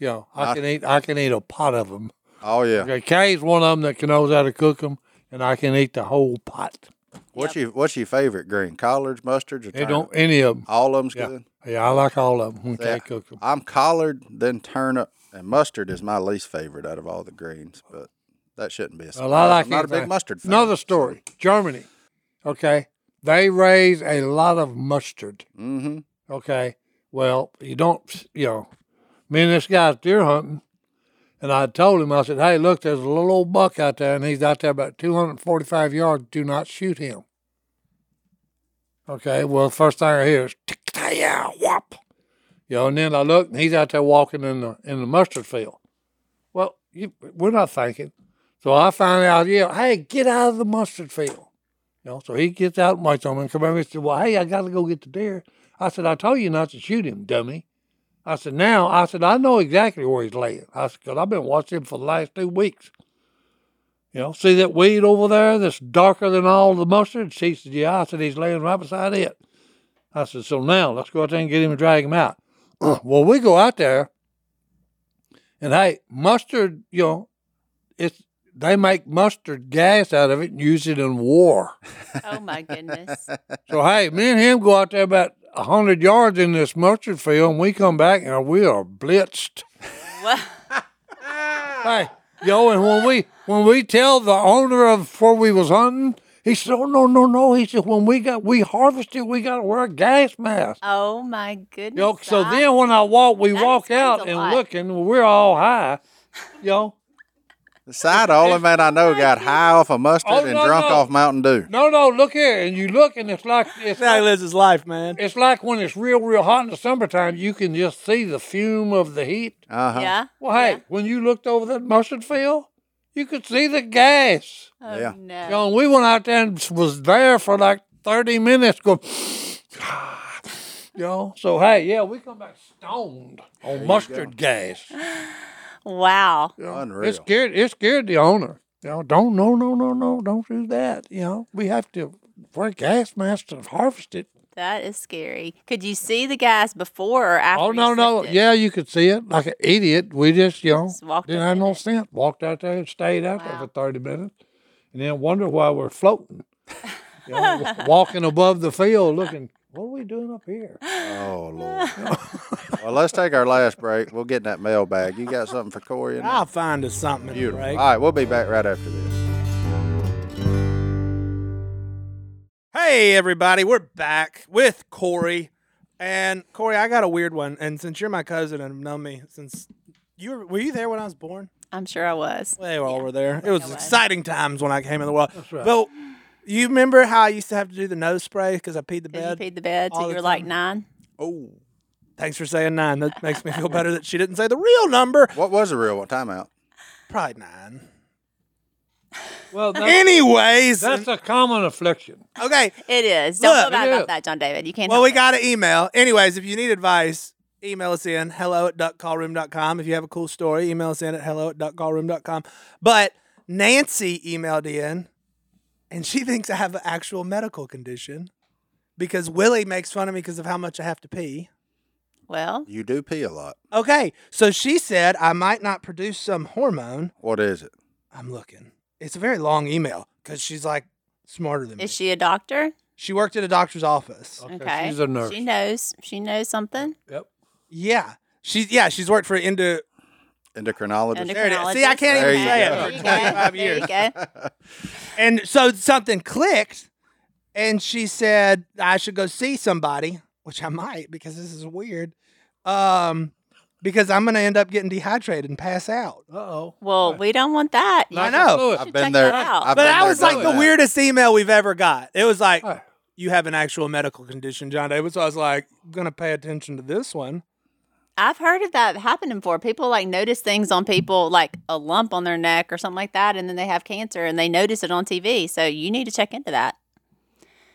Speaker 1: you know, I, can eat. I can eat a pot of them.
Speaker 3: Oh yeah.
Speaker 1: Okay, Kay's one of them that can knows how to cook them, and I can eat the whole pot.
Speaker 3: What's your what's your favorite green? Collards, mustards, or
Speaker 1: They
Speaker 3: turnip?
Speaker 1: don't any of them.
Speaker 3: all of them's
Speaker 1: Yeah.
Speaker 3: good.
Speaker 1: Yeah, I like all of them when
Speaker 3: Yeah.
Speaker 1: Kay cook them.
Speaker 3: I'm collard, then turnip, and mustard is my least favorite out of all the greens, but that shouldn't be a surprise.
Speaker 1: Well, I like
Speaker 3: I'm not a big
Speaker 1: anything.
Speaker 3: mustard fan.
Speaker 1: Another story. Germany. Okay, they raise a lot of mustard.
Speaker 3: Mm-hmm.
Speaker 1: Okay. Well, you don't, you know, me and this guy's deer hunting. And I told him, I said, hey, look, there's a little old buck out there, and he's out there about 245 yards. Do not shoot him. Okay. Well, first thing I hear is, yeah, whop. You know, and then I look, and he's out there walking in the in the mustard field. Well, you, we're not thinking. So I finally out yell, "Hey, get out of the mustard field!" You know. So he gets out and waits on me. And come over and said, "Well, hey, I got to go get the deer." I said, "I told you not to shoot him, dummy." I said, "Now," I said, "I know exactly where he's laying." I said, "Cause I've been watching him for the last two weeks." You know, see that weed over there that's darker than all the mustard? She said, "Yeah." I said, "He's laying right beside it." I said, "So now let's go out there and get him and drag him out." well, we go out there. And hey, mustard, you know, it's they make mustard gas out of it and use it in war.
Speaker 4: Oh my goodness.
Speaker 1: So hey, me and him go out there about hundred yards in this mustard field, and we come back and we are blitzed.
Speaker 4: What?
Speaker 1: Hey, yo, and when we when we tell the owner of where we was hunting, he said, "Oh no, no, no!" He said, "When we got we harvested, we got to wear a gas mask."
Speaker 4: Oh my goodness.
Speaker 1: Yo, so
Speaker 4: Doc.
Speaker 1: then when I walk, we
Speaker 4: That
Speaker 1: walk
Speaker 4: explains
Speaker 1: out
Speaker 4: a
Speaker 1: and
Speaker 4: lot.
Speaker 1: looking, we're all high, yo.
Speaker 3: The side the only man I know got high off of mustard
Speaker 1: Oh,
Speaker 3: and
Speaker 1: no,
Speaker 3: drunk
Speaker 1: no.
Speaker 3: off Mountain Dew.
Speaker 1: No, no, look here, and you look, and it's like it's
Speaker 2: That's how
Speaker 1: like,
Speaker 2: he lives his life, man.
Speaker 1: It's like when it's real, real hot in the summertime, you can just see the fume of the heat.
Speaker 3: Uh huh.
Speaker 4: Yeah.
Speaker 1: Well, hey,
Speaker 4: Yeah.
Speaker 1: when you looked over that mustard field, you could see the gas.
Speaker 4: Oh
Speaker 3: Yeah.
Speaker 4: no.
Speaker 1: You know, and we went out there and was there for like 30 minutes going, you know. So, hey, yeah, we come back stoned on mustard gas.
Speaker 4: Wow.
Speaker 1: You know,
Speaker 3: Unreal.
Speaker 1: It scared, it scared the owner. You know, don't, no, no, no, no, don't do that. You know, we have to wear gas masks to harvest it.
Speaker 4: That is scary. Could you see the guys before or after?
Speaker 1: Oh
Speaker 4: you
Speaker 1: no, no,
Speaker 4: slipped it?
Speaker 1: yeah, you could see it like an idiot. We just, you know,
Speaker 4: Just walked
Speaker 1: didn't
Speaker 4: up
Speaker 1: have
Speaker 4: in
Speaker 1: no
Speaker 4: it.
Speaker 1: sense. Walked out there and stayed out there
Speaker 4: Wow.
Speaker 1: for thirty minutes, and then wonder why we're floating, you know, wa- walking above the field, looking. What are we doing up here?
Speaker 3: Oh Lord. well, let's take our last break. We'll get in that mailbag. You got something for Corey? In there?
Speaker 2: I'll find us something.
Speaker 3: Beautiful. All
Speaker 2: Right?
Speaker 3: right, we'll be back right after this.
Speaker 2: Hey, everybody, we're back with Corey. And Corey, I got a weird one. And since you're my cousin and have known me since you were, were you there when I was born?
Speaker 4: I'm sure I was.
Speaker 2: They all were there. It was
Speaker 4: was.
Speaker 2: exciting times when I came in the world. That's right. But you remember how I used to have to do the nose spray because I peed the
Speaker 4: Did you
Speaker 2: bed?
Speaker 4: feed the bed
Speaker 2: all
Speaker 4: till
Speaker 2: the
Speaker 4: you were like
Speaker 2: time.
Speaker 4: nine?
Speaker 3: Oh,
Speaker 2: Thanks for saying nine. That makes me feel better that she didn't say the real number.
Speaker 3: what was the real one? Timeout.
Speaker 2: Probably nine.
Speaker 1: Well, that's,
Speaker 2: Anyways,
Speaker 1: that's a common affliction.
Speaker 2: okay.
Speaker 4: It is. Don't
Speaker 2: Look,
Speaker 4: feel bad
Speaker 1: yeah.
Speaker 4: about that, John David. You can't.
Speaker 2: Well,
Speaker 4: help
Speaker 2: we
Speaker 4: it.
Speaker 2: got an email. Anyways, if you need advice, email us in hello at duckcallroom.com. If you have a cool story, email us in at hello at duckcallroom.com. But Nancy emailed in and she thinks I have an actual medical condition because Willie makes fun of me because of how much I have to pee.
Speaker 4: Well,
Speaker 3: You do pee a lot.
Speaker 2: Okay, so she said I might not produce some hormone.
Speaker 3: What is it?
Speaker 2: I'm looking. It's a very long email because she's like smarter than me.
Speaker 4: is she a doctor?
Speaker 2: She worked at a doctor's office.
Speaker 3: Oh.
Speaker 1: Okay,
Speaker 4: Okay.
Speaker 1: she's a nurse.
Speaker 4: She knows. She knows something.
Speaker 1: Yep.
Speaker 2: Yeah. She's yeah, she's worked for endo
Speaker 3: Endocrinologist.
Speaker 4: Endocrinologist.
Speaker 2: There it is. See, I can't
Speaker 3: even say it
Speaker 4: There
Speaker 3: for
Speaker 4: you go.
Speaker 2: 25
Speaker 4: There you
Speaker 2: years.
Speaker 4: go.
Speaker 2: And so something clicked, and she said I should go see somebody, which I might because this is weird. Um, because I'm gonna end up getting dehydrated and pass out.
Speaker 1: Uh oh.
Speaker 4: Well, we don't want that. You
Speaker 2: I
Speaker 4: should-
Speaker 2: know.
Speaker 4: you
Speaker 1: I've
Speaker 4: should
Speaker 3: been
Speaker 4: check
Speaker 3: there.
Speaker 4: that out.
Speaker 3: I've
Speaker 2: But
Speaker 3: been
Speaker 2: that
Speaker 3: there,
Speaker 2: was like
Speaker 3: done
Speaker 2: the
Speaker 3: that.
Speaker 2: weirdest email we've ever got. It was like
Speaker 1: Right.
Speaker 2: you have an actual medical condition, John David. So I was like, I'm gonna pay attention to this one.
Speaker 4: I've heard of that happening before. People like notice things on people, like a lump on their neck or something like that, and then they have cancer and they notice it on TV. So you need to check into that.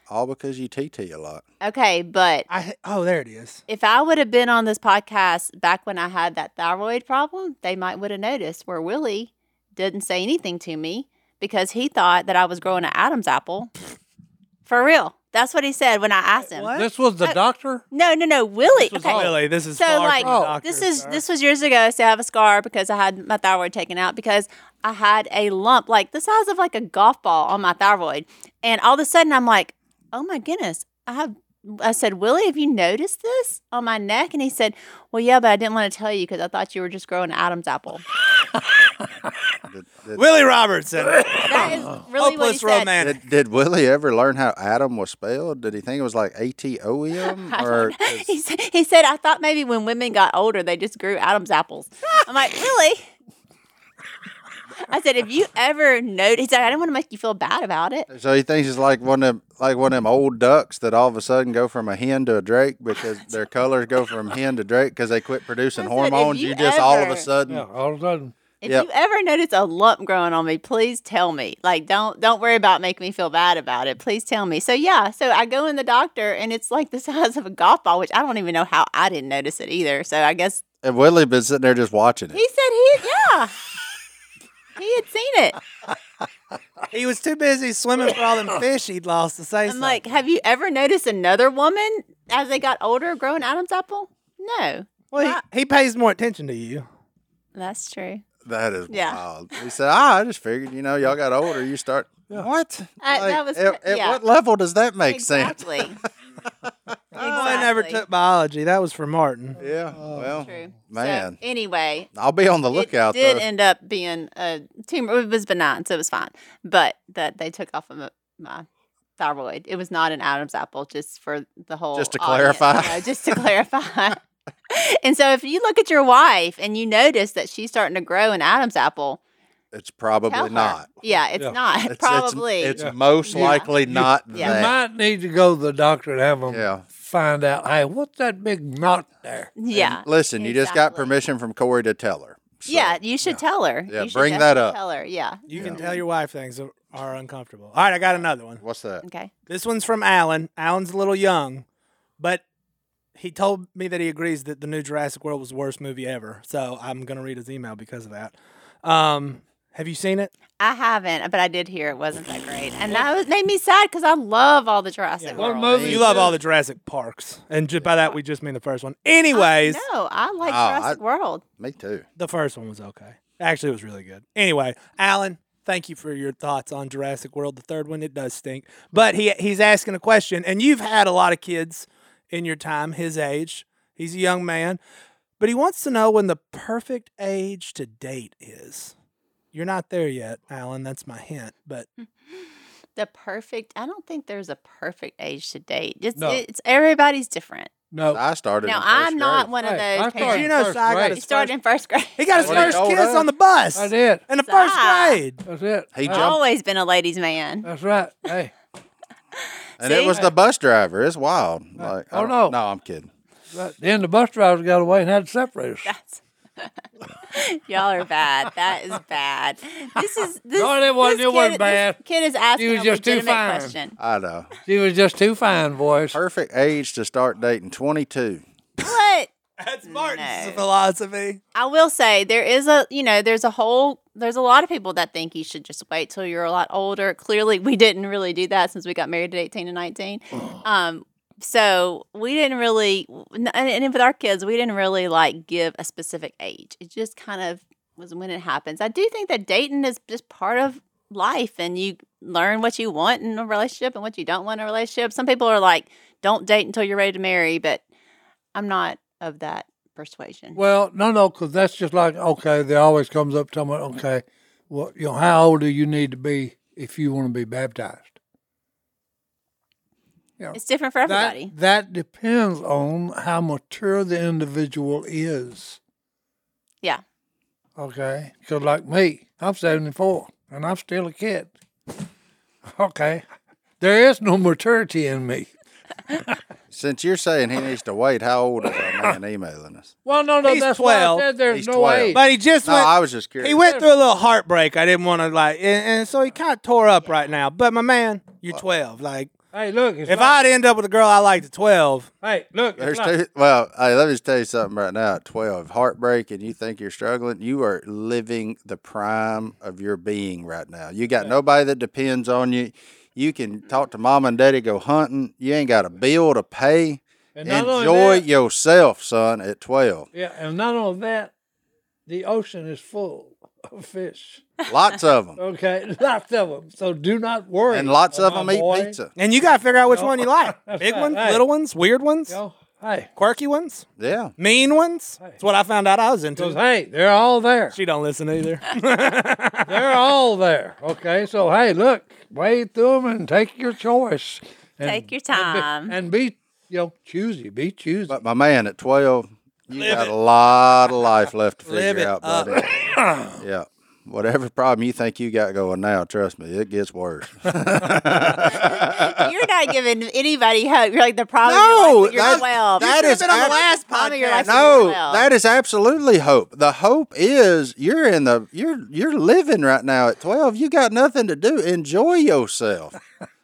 Speaker 3: All because you TT a lot.
Speaker 4: Okay, but
Speaker 2: I oh, there it is.
Speaker 4: if I would have been on this podcast back when I had that thyroid problem, they might would have noticed where Willie didn't say anything to me because he thought that I was growing an Adam's apple. For real. That's what he said when I asked him.
Speaker 2: What?
Speaker 1: This was the
Speaker 4: Uh,
Speaker 1: doctor.
Speaker 4: No, no, no. Willie.
Speaker 2: This was
Speaker 4: okay.
Speaker 2: Willie. This is
Speaker 4: So,
Speaker 2: far
Speaker 4: like,
Speaker 2: from the
Speaker 1: oh,
Speaker 2: doctor,
Speaker 4: This is
Speaker 2: sir.
Speaker 4: this was years ago. So I have a scar because I had my thyroid taken out because I had a lump like the size of like a golf ball on my thyroid, and all of a sudden I'm like, oh my goodness, I have. I said, Willie, have you noticed this on my neck? And he said, Well, yeah, but I didn't want to tell you because I thought you were just growing an Adam's apple.
Speaker 3: Did, did,
Speaker 2: Willie Robertson.
Speaker 4: That is really what he
Speaker 2: Hopeless
Speaker 4: said.
Speaker 2: romantic.
Speaker 3: did, did Willie ever learn how Adam was spelled? Did he think it was like A T O E M?
Speaker 4: I don't
Speaker 3: Or
Speaker 4: know. he, said, he said, I thought maybe when women got older, they just grew Adam's apples. I'm like, really? I said, if you ever noticed, he said, I didn't want to make you feel bad about it.
Speaker 3: so he thinks it's like one of them, like one of them old ducks that all of a sudden go from a hen to a drake because their colors go from hen to drake because they quit producing
Speaker 4: I said, if
Speaker 3: hormones.
Speaker 4: you
Speaker 3: You, just all of a
Speaker 4: ever-
Speaker 3: sudden
Speaker 1: Yeah. All of a sudden,
Speaker 4: If
Speaker 3: Yep.
Speaker 4: you ever notice a lump growing on me, please tell me. Like don't don't worry about making me feel bad about it. Please tell me. So yeah, so I go in the doctor and it's like the size of a golf ball, which I don't even know how I didn't notice it either. So I guess
Speaker 3: And Willie been sitting there just watching it.
Speaker 4: he said he yeah. He had seen it.
Speaker 2: He was too busy swimming for all them fish he'd lost to say
Speaker 4: I'm
Speaker 2: something.
Speaker 4: like, have you ever noticed another woman as they got older growing Adam's apple? No.
Speaker 2: well, he, he pays more attention to you.
Speaker 4: That's true.
Speaker 3: That is
Speaker 4: Yeah.
Speaker 3: wild. He said, "Ah, I just figured, you know, y'all got older, you start what?
Speaker 4: I- that was
Speaker 3: at,
Speaker 4: cra-
Speaker 3: at
Speaker 4: yeah.
Speaker 3: what level does that make sense?
Speaker 4: exactly.
Speaker 2: Oh, I never
Speaker 4: Exactly.
Speaker 2: took biology. That was for Martin.
Speaker 3: Yeah.
Speaker 1: Oh,
Speaker 3: Well,
Speaker 4: True. So,
Speaker 3: man,
Speaker 4: anyway,
Speaker 3: I'll be on the lookout
Speaker 4: it did
Speaker 3: though.
Speaker 4: end up being a tumor. It was benign, so it was fine. But that they took off of my- my thyroid. It was not an Adam's apple, just for the whole.
Speaker 3: Just to
Speaker 4: audience,
Speaker 3: clarify.
Speaker 4: you know, just to clarify. and so, if you look at your wife and you notice that she's starting to grow an Adam's apple,
Speaker 3: it's
Speaker 4: tell
Speaker 3: probably
Speaker 4: her.
Speaker 3: not.
Speaker 4: Yeah, it's
Speaker 1: Yeah.
Speaker 4: not.
Speaker 3: It's- it's-
Speaker 4: Probably.
Speaker 3: It's,
Speaker 1: Yeah.
Speaker 3: most
Speaker 4: Yeah.
Speaker 3: likely not
Speaker 4: Yeah.
Speaker 1: You
Speaker 3: that.
Speaker 1: might need to go to the doctor and have them
Speaker 3: Yeah.
Speaker 1: find out. Hey, what's that big knot there?
Speaker 4: yeah.
Speaker 3: Listen, you just got
Speaker 4: Exactly.
Speaker 3: permission from Corey to tell her. So,
Speaker 4: yeah, you should tell her.
Speaker 3: Yeah,
Speaker 4: You should
Speaker 3: bring that
Speaker 4: definitely
Speaker 3: up.
Speaker 4: Tell her. Yeah.
Speaker 2: You can tell your wife things are- are uncomfortable. All right, I got another one.
Speaker 3: What's that?
Speaker 4: Okay.
Speaker 2: This one's from Alan. Alan's a little young, but he told me that he agrees that the new Jurassic World was the worst movie ever. So I'm gonna read his email because of that. Um, have you seen it?
Speaker 4: I haven't, but I did hear it wasn't that great, and that was, made me sad because I love all the Jurassic
Speaker 2: Yeah.
Speaker 4: World.
Speaker 1: What movie?
Speaker 2: You love all the Jurassic Parks, and ju- by that we just mean the first one. Anyways,
Speaker 4: No, I like
Speaker 3: Oh, I-
Speaker 4: Jurassic World.
Speaker 3: Me too.
Speaker 2: the first one was okay. Actually, it was really good. Anyway, Alan, thank you for your thoughts on Jurassic World. The third one, it does stink, but he he's asking a question, and you've had a lot of kids in your time, his age. He's a young man, but he wants to know when the perfect age to date is. You're not there yet, Alan. That's my hint, but
Speaker 4: The perfect. I don't think there's a perfect age to date. It's,
Speaker 1: No.
Speaker 4: it's everybody's different.
Speaker 1: No.
Speaker 3: I started.
Speaker 4: Now
Speaker 3: in first
Speaker 4: I'm not
Speaker 3: grade.
Speaker 4: one of
Speaker 1: Hey, I
Speaker 4: those.
Speaker 1: started
Speaker 4: parents-
Speaker 2: You know,
Speaker 1: first
Speaker 2: so I got
Speaker 4: He
Speaker 1: grade.
Speaker 2: his
Speaker 4: started in first grade.
Speaker 2: he got his
Speaker 3: What he
Speaker 2: first
Speaker 3: told
Speaker 2: kiss
Speaker 3: us.
Speaker 2: on the bus
Speaker 1: I did.
Speaker 2: in the first
Speaker 4: Ah.
Speaker 2: grade.
Speaker 1: That's it.
Speaker 3: He
Speaker 1: I-
Speaker 4: I've
Speaker 3: jumped.
Speaker 4: always been a ladies' man.
Speaker 1: That's right. Hey,
Speaker 3: and it was
Speaker 4: See?
Speaker 3: the bus driver. It's wild. Like, I
Speaker 1: Oh,
Speaker 3: don't-
Speaker 1: no.
Speaker 3: no, I'm kidding.
Speaker 1: but then the bus drivers got away and had to separate us.
Speaker 4: That's y'all are bad. That is bad. This is this.
Speaker 1: No, it wasn't-
Speaker 4: this
Speaker 1: it wasn't
Speaker 4: kid- this
Speaker 1: bad.
Speaker 4: Kid is asking
Speaker 1: was
Speaker 4: a
Speaker 1: just too
Speaker 4: legitimate
Speaker 1: fine.
Speaker 4: question.
Speaker 3: I know.
Speaker 1: She was just too fine, boys.
Speaker 3: Perfect age to start dating. 22.
Speaker 4: What?
Speaker 2: That's Martin's
Speaker 4: No.
Speaker 2: philosophy.
Speaker 4: I will say there is a you know there's a whole there's a lot of people that think you should just wait till you're a lot older. Clearly, we didn't really do that since we got married at 18 and 19. um, so we didn't really, and, and with our kids, we didn't really like give a specific age. It just kind of was when it happens. I do think that dating is just part of life, and you learn what you want in a relationship and what you don't want in a relationship. Some people are like, "Don't date until you're ready to marry," but I'm not of that persuasion.
Speaker 1: Well, no, no, because that's just like okay. There always comes up someone. Okay, well, you know, how old do you need to be if you want to be baptized?
Speaker 4: It's different for everybody.
Speaker 1: That that depends on how mature the individual is.
Speaker 4: Yeah.
Speaker 1: Okay, because like me, I'm 74 and I'm still a kid. Okay, there is no maturity in me.
Speaker 3: Since you're saying he needs to wait, how old is that man emailing us?
Speaker 1: Well, no, no,
Speaker 2: He's
Speaker 1: that's why I
Speaker 2: 12.
Speaker 1: said there's
Speaker 3: He's
Speaker 1: no
Speaker 3: 12.
Speaker 1: way.
Speaker 2: But he just
Speaker 3: No,
Speaker 2: went.
Speaker 3: I was just curious.
Speaker 2: He went through a little heartbreak. I didn't want to like, and, and so he kind of tore up right now. But my man, you're 12. Like,
Speaker 1: hey, look, it's
Speaker 2: if
Speaker 1: like,
Speaker 2: I'd end up with a girl I liked at 12,
Speaker 1: hey, look, it's
Speaker 3: There's
Speaker 1: like,
Speaker 3: two, well, hey, let me just tell you something right now. At 12, heartbreak, and you think you're struggling, you are living the prime of your being right now. You got nobody that depends on you. You can talk to mom and daddy, go hunting. You ain't got a bill to pay.
Speaker 1: And not only
Speaker 3: Enjoy
Speaker 1: that-
Speaker 3: yourself, son, at 12.
Speaker 1: Yeah, and not only that, the ocean is full of fish.
Speaker 3: Lots of them.
Speaker 1: Okay, lots of them. So do not worry.
Speaker 3: And lots of
Speaker 1: my
Speaker 3: them eat
Speaker 1: boy.
Speaker 3: pizza.
Speaker 2: and you got to figure out which one you like big
Speaker 1: right,
Speaker 2: ones,
Speaker 1: right.
Speaker 2: little ones, weird ones,
Speaker 1: You know, hey,
Speaker 2: quirky ones,
Speaker 3: Yeah.
Speaker 2: mean ones. That's what I found out I was
Speaker 1: because
Speaker 2: into.
Speaker 1: hey, they're all there.
Speaker 2: She don't listen either.
Speaker 1: They're all there. Okay, so hey, look, wade through them and take your choice. And,
Speaker 4: Take your
Speaker 1: and
Speaker 4: time.
Speaker 1: be, and be, you know, choosy. Be choosy.
Speaker 3: But my man, at 12, you got a lot of life left to
Speaker 2: Live
Speaker 3: figure
Speaker 2: it
Speaker 3: out, buddy. yeah. Whatever problem you think you got going now, trust me, it gets worse.
Speaker 4: You're you're not giving anybody hope. You're like the problem.
Speaker 3: No,
Speaker 4: you're
Speaker 3: that-
Speaker 4: well.
Speaker 3: that
Speaker 4: you
Speaker 3: is
Speaker 4: been on the
Speaker 3: ab-
Speaker 4: last problem of your life. when you're
Speaker 3: No,
Speaker 4: well.
Speaker 3: that is absolutely hope. The hope is you're in the you're you're living right now at twelve. You got nothing to do. Enjoy yourself.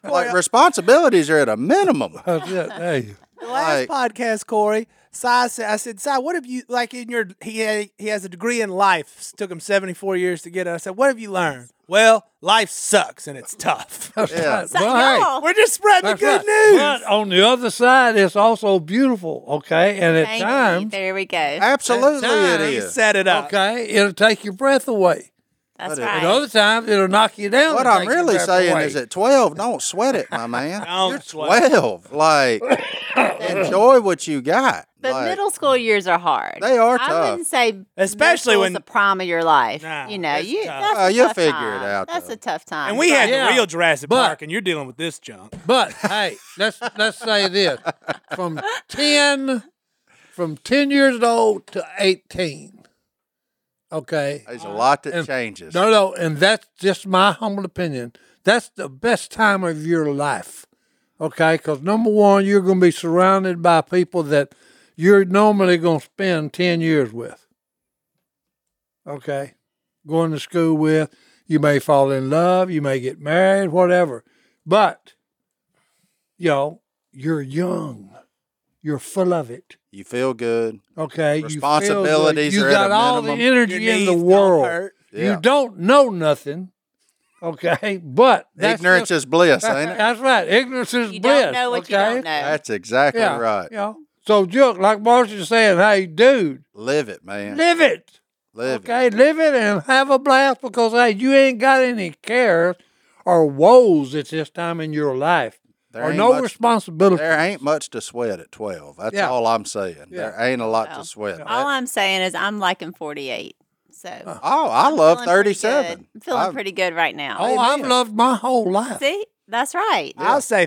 Speaker 3: like responsibilities are at a minimum.
Speaker 1: That's it. Hey,
Speaker 2: The
Speaker 3: Like-
Speaker 2: last podcast, Corey, Sai said, I said, Si, what have you, like in your, he, had, he has a degree in life. Took him 74 years to get it. I said, what have you learned? Well, life sucks and it's tough.
Speaker 3: Yeah.
Speaker 4: So,
Speaker 1: Well, hey,
Speaker 4: y'all,
Speaker 2: We're just spreading the
Speaker 1: that's
Speaker 2: good
Speaker 1: right.
Speaker 2: news.
Speaker 1: But on the other side, it's also beautiful. Okay, and at
Speaker 4: thank you.
Speaker 1: times,
Speaker 4: There we go.
Speaker 3: Absolutely, it
Speaker 1: time,
Speaker 2: He
Speaker 3: is.
Speaker 2: set it up.
Speaker 1: okay, it'll take your breath away.
Speaker 4: That's
Speaker 3: it-
Speaker 1: At
Speaker 4: right.
Speaker 1: other times, it'll knock you down.
Speaker 3: What
Speaker 1: and
Speaker 3: I'm
Speaker 1: take your
Speaker 3: really
Speaker 1: breath
Speaker 3: saying
Speaker 1: away.
Speaker 3: is at 12, don't sweat it, my man.
Speaker 2: Don't
Speaker 3: You're
Speaker 2: sweat
Speaker 3: 12. Like, enjoy what you got.
Speaker 4: But
Speaker 3: Like,
Speaker 4: middle school years are hard.
Speaker 3: They are
Speaker 4: I
Speaker 3: tough.
Speaker 4: wouldn't say
Speaker 2: Especially
Speaker 4: middle school
Speaker 2: when-
Speaker 4: is the prime of your life.
Speaker 2: Nah,
Speaker 4: you know,
Speaker 2: it's
Speaker 4: you
Speaker 2: tough.
Speaker 4: that's
Speaker 3: Oh,
Speaker 4: a
Speaker 3: you'll
Speaker 4: tough
Speaker 3: figure it
Speaker 4: time.
Speaker 3: out,
Speaker 4: That's
Speaker 3: though.
Speaker 4: a tough time.
Speaker 2: And we had
Speaker 1: Yeah.
Speaker 2: the real Jurassic
Speaker 1: But-
Speaker 2: Park, and you're dealing with this junk.
Speaker 1: But hey, let's let's say this: from ten, from ten years old to eighteen. Okay.
Speaker 3: There's a lot that
Speaker 1: And-
Speaker 3: changes.
Speaker 1: No, no, and that's just my humble opinion. That's the best time of your life, okay? Because number one, you're going to be surrounded by people that you're normally going to spend ten years with. Okay, going to school with. You may fall in love. You may get married. Whatever, but you know you're young. You're full of it.
Speaker 3: You feel good.
Speaker 1: Okay, You feel good.
Speaker 3: Responsibilities
Speaker 1: You,
Speaker 3: are at
Speaker 1: got
Speaker 3: a
Speaker 1: all the
Speaker 3: minimum.
Speaker 2: Your
Speaker 1: energy in
Speaker 2: knees
Speaker 1: the
Speaker 2: don't
Speaker 1: world.
Speaker 2: hurt.
Speaker 3: Yeah.
Speaker 1: You don't know nothing, okay? But that's
Speaker 3: Ignorance
Speaker 1: just-
Speaker 3: is bliss, ain't it?
Speaker 1: that's right. Ignorance is
Speaker 4: You
Speaker 1: bliss.
Speaker 4: don't know what
Speaker 1: okay?
Speaker 4: you don't know.
Speaker 3: That's exactly
Speaker 1: Yeah,
Speaker 3: right.
Speaker 1: Yeah. So, Juck, like Marcia's saying, hey, dude,
Speaker 3: Live it, man.
Speaker 1: live it.
Speaker 3: Live it.
Speaker 1: okay, live it and have a blast because hey, you ain't got any cares or woes at this time in your life,
Speaker 3: There
Speaker 1: or
Speaker 3: ain't
Speaker 1: no
Speaker 3: much-
Speaker 1: responsibility.
Speaker 3: There ain't much to sweat at 12. That's
Speaker 1: Yeah.
Speaker 3: all I'm saying. There ain't a lot
Speaker 4: Well,
Speaker 3: to sweat.
Speaker 4: All I'm saying is I'm liking 48. So I'm
Speaker 3: Oh, I love
Speaker 4: feeling pretty
Speaker 3: 37.
Speaker 4: good. I'm feeling
Speaker 3: I've-
Speaker 4: pretty good right now.
Speaker 1: oh, I've loved my whole life.
Speaker 4: See, that's right.
Speaker 2: I'll say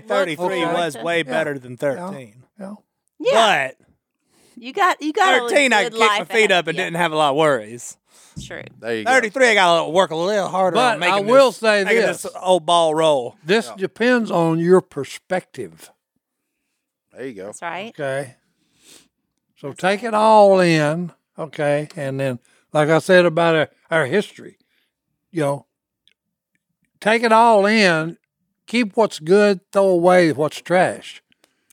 Speaker 1: Okay.
Speaker 2: 33 was way better than 13.
Speaker 1: Yeah.
Speaker 4: Yeah,
Speaker 2: But
Speaker 4: you got you got a
Speaker 2: 13, I
Speaker 4: good
Speaker 2: kicked my
Speaker 4: life
Speaker 2: feet
Speaker 4: ahead.
Speaker 2: up and
Speaker 4: Yeah,
Speaker 2: didn't have a lot of worries.
Speaker 4: True.
Speaker 3: There you go.
Speaker 2: 33, I got to work a little harder
Speaker 1: But
Speaker 2: on making
Speaker 1: I will
Speaker 2: this,
Speaker 1: say
Speaker 2: making
Speaker 1: this.
Speaker 2: old ball roll.
Speaker 1: This depends on your perspective.
Speaker 3: There you go.
Speaker 4: That's right.
Speaker 1: Okay. So take it all in, okay, and then, like I said about our, our history, you know, take it all in, keep what's good, throw away what's trash.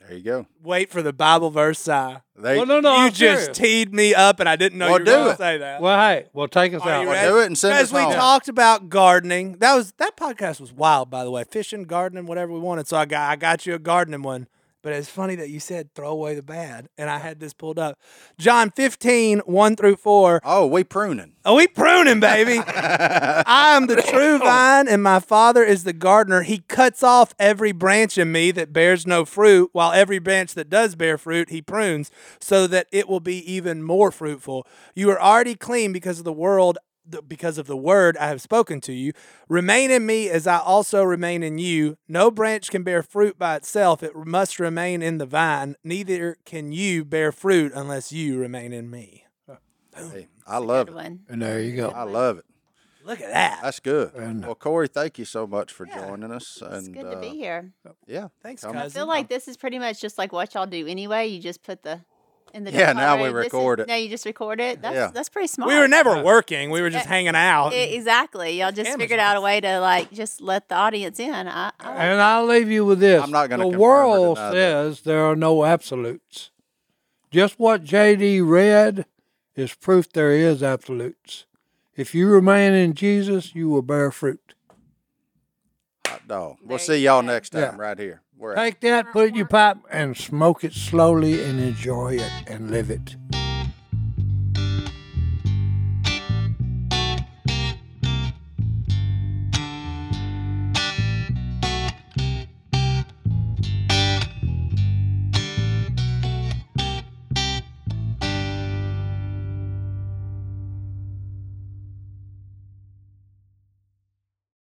Speaker 3: There you go.
Speaker 2: Wait for the Bible verse sigh.
Speaker 3: There you
Speaker 1: no,
Speaker 2: you
Speaker 1: I'm
Speaker 2: just
Speaker 1: serious.
Speaker 2: teed me up, and I didn't know
Speaker 3: Well,
Speaker 2: you were
Speaker 3: do
Speaker 2: going to
Speaker 3: it.
Speaker 2: say that.
Speaker 1: well, hey, well, take us
Speaker 2: Are
Speaker 1: out.
Speaker 2: you
Speaker 3: Well,
Speaker 2: ready?
Speaker 3: do it and send
Speaker 2: Guys,
Speaker 3: us
Speaker 2: we
Speaker 3: home.
Speaker 2: talked about gardening. That was that podcast was wild, by the way. Fishing, gardening, whatever we wanted. So I got I got you a gardening one. But it's funny that you said throw away the bad, and I had this pulled up. John 15, 1 through 4.
Speaker 3: Oh, we pruning.
Speaker 2: Are we pruning, baby? I am the true vine, and my father is the gardener. He cuts off every branch in me that bears no fruit, while every branch that does bear fruit, he prunes, so that it will be even more fruitful. You are already clean because of the world. th- Because of the word I have spoken to you, remain in me as I also remain in you. No branch can bear fruit by itself, it must remain in the vine. Neither can you bear fruit unless you remain in me.
Speaker 3: Hey, I love
Speaker 4: Good
Speaker 3: it.
Speaker 4: one.
Speaker 1: And there you go.
Speaker 3: I love it.
Speaker 2: Look at that.
Speaker 3: That's good.
Speaker 1: And-
Speaker 3: well, Corey, thank you so much for joining us. And
Speaker 4: It's good to
Speaker 3: uh,
Speaker 4: be here.
Speaker 3: Yeah.
Speaker 2: Thanks,
Speaker 3: Come-
Speaker 4: I
Speaker 2: cousin.
Speaker 4: feel like this is pretty much just like what y'all do anyway. You just put the in the
Speaker 3: Yeah,
Speaker 4: dump
Speaker 3: now we
Speaker 4: already. This is-
Speaker 3: record it.
Speaker 4: Now you just record it. That's
Speaker 3: Yeah.
Speaker 4: that's pretty smart.
Speaker 2: We were never working. We were just
Speaker 4: Yeah.
Speaker 2: hanging out.
Speaker 4: E- exactly. Y'all just
Speaker 2: Cameras
Speaker 4: figured out a way to like just let the audience in. I, I like
Speaker 1: And I'll leave you with this.
Speaker 3: I'm not gonna
Speaker 1: The
Speaker 3: confirm or
Speaker 1: world
Speaker 3: deny that.
Speaker 1: says there are no absolutes. Just what JD read is proof there is absolutes. If you remain in Jesus, you will bear fruit.
Speaker 3: Hot dog. We'll
Speaker 4: There
Speaker 3: see
Speaker 4: you
Speaker 3: y'all
Speaker 4: go.
Speaker 3: next time
Speaker 1: Yeah.
Speaker 3: right here. We're out.
Speaker 1: Take that, put it in your pipe, and smoke it slowly and enjoy it and live it.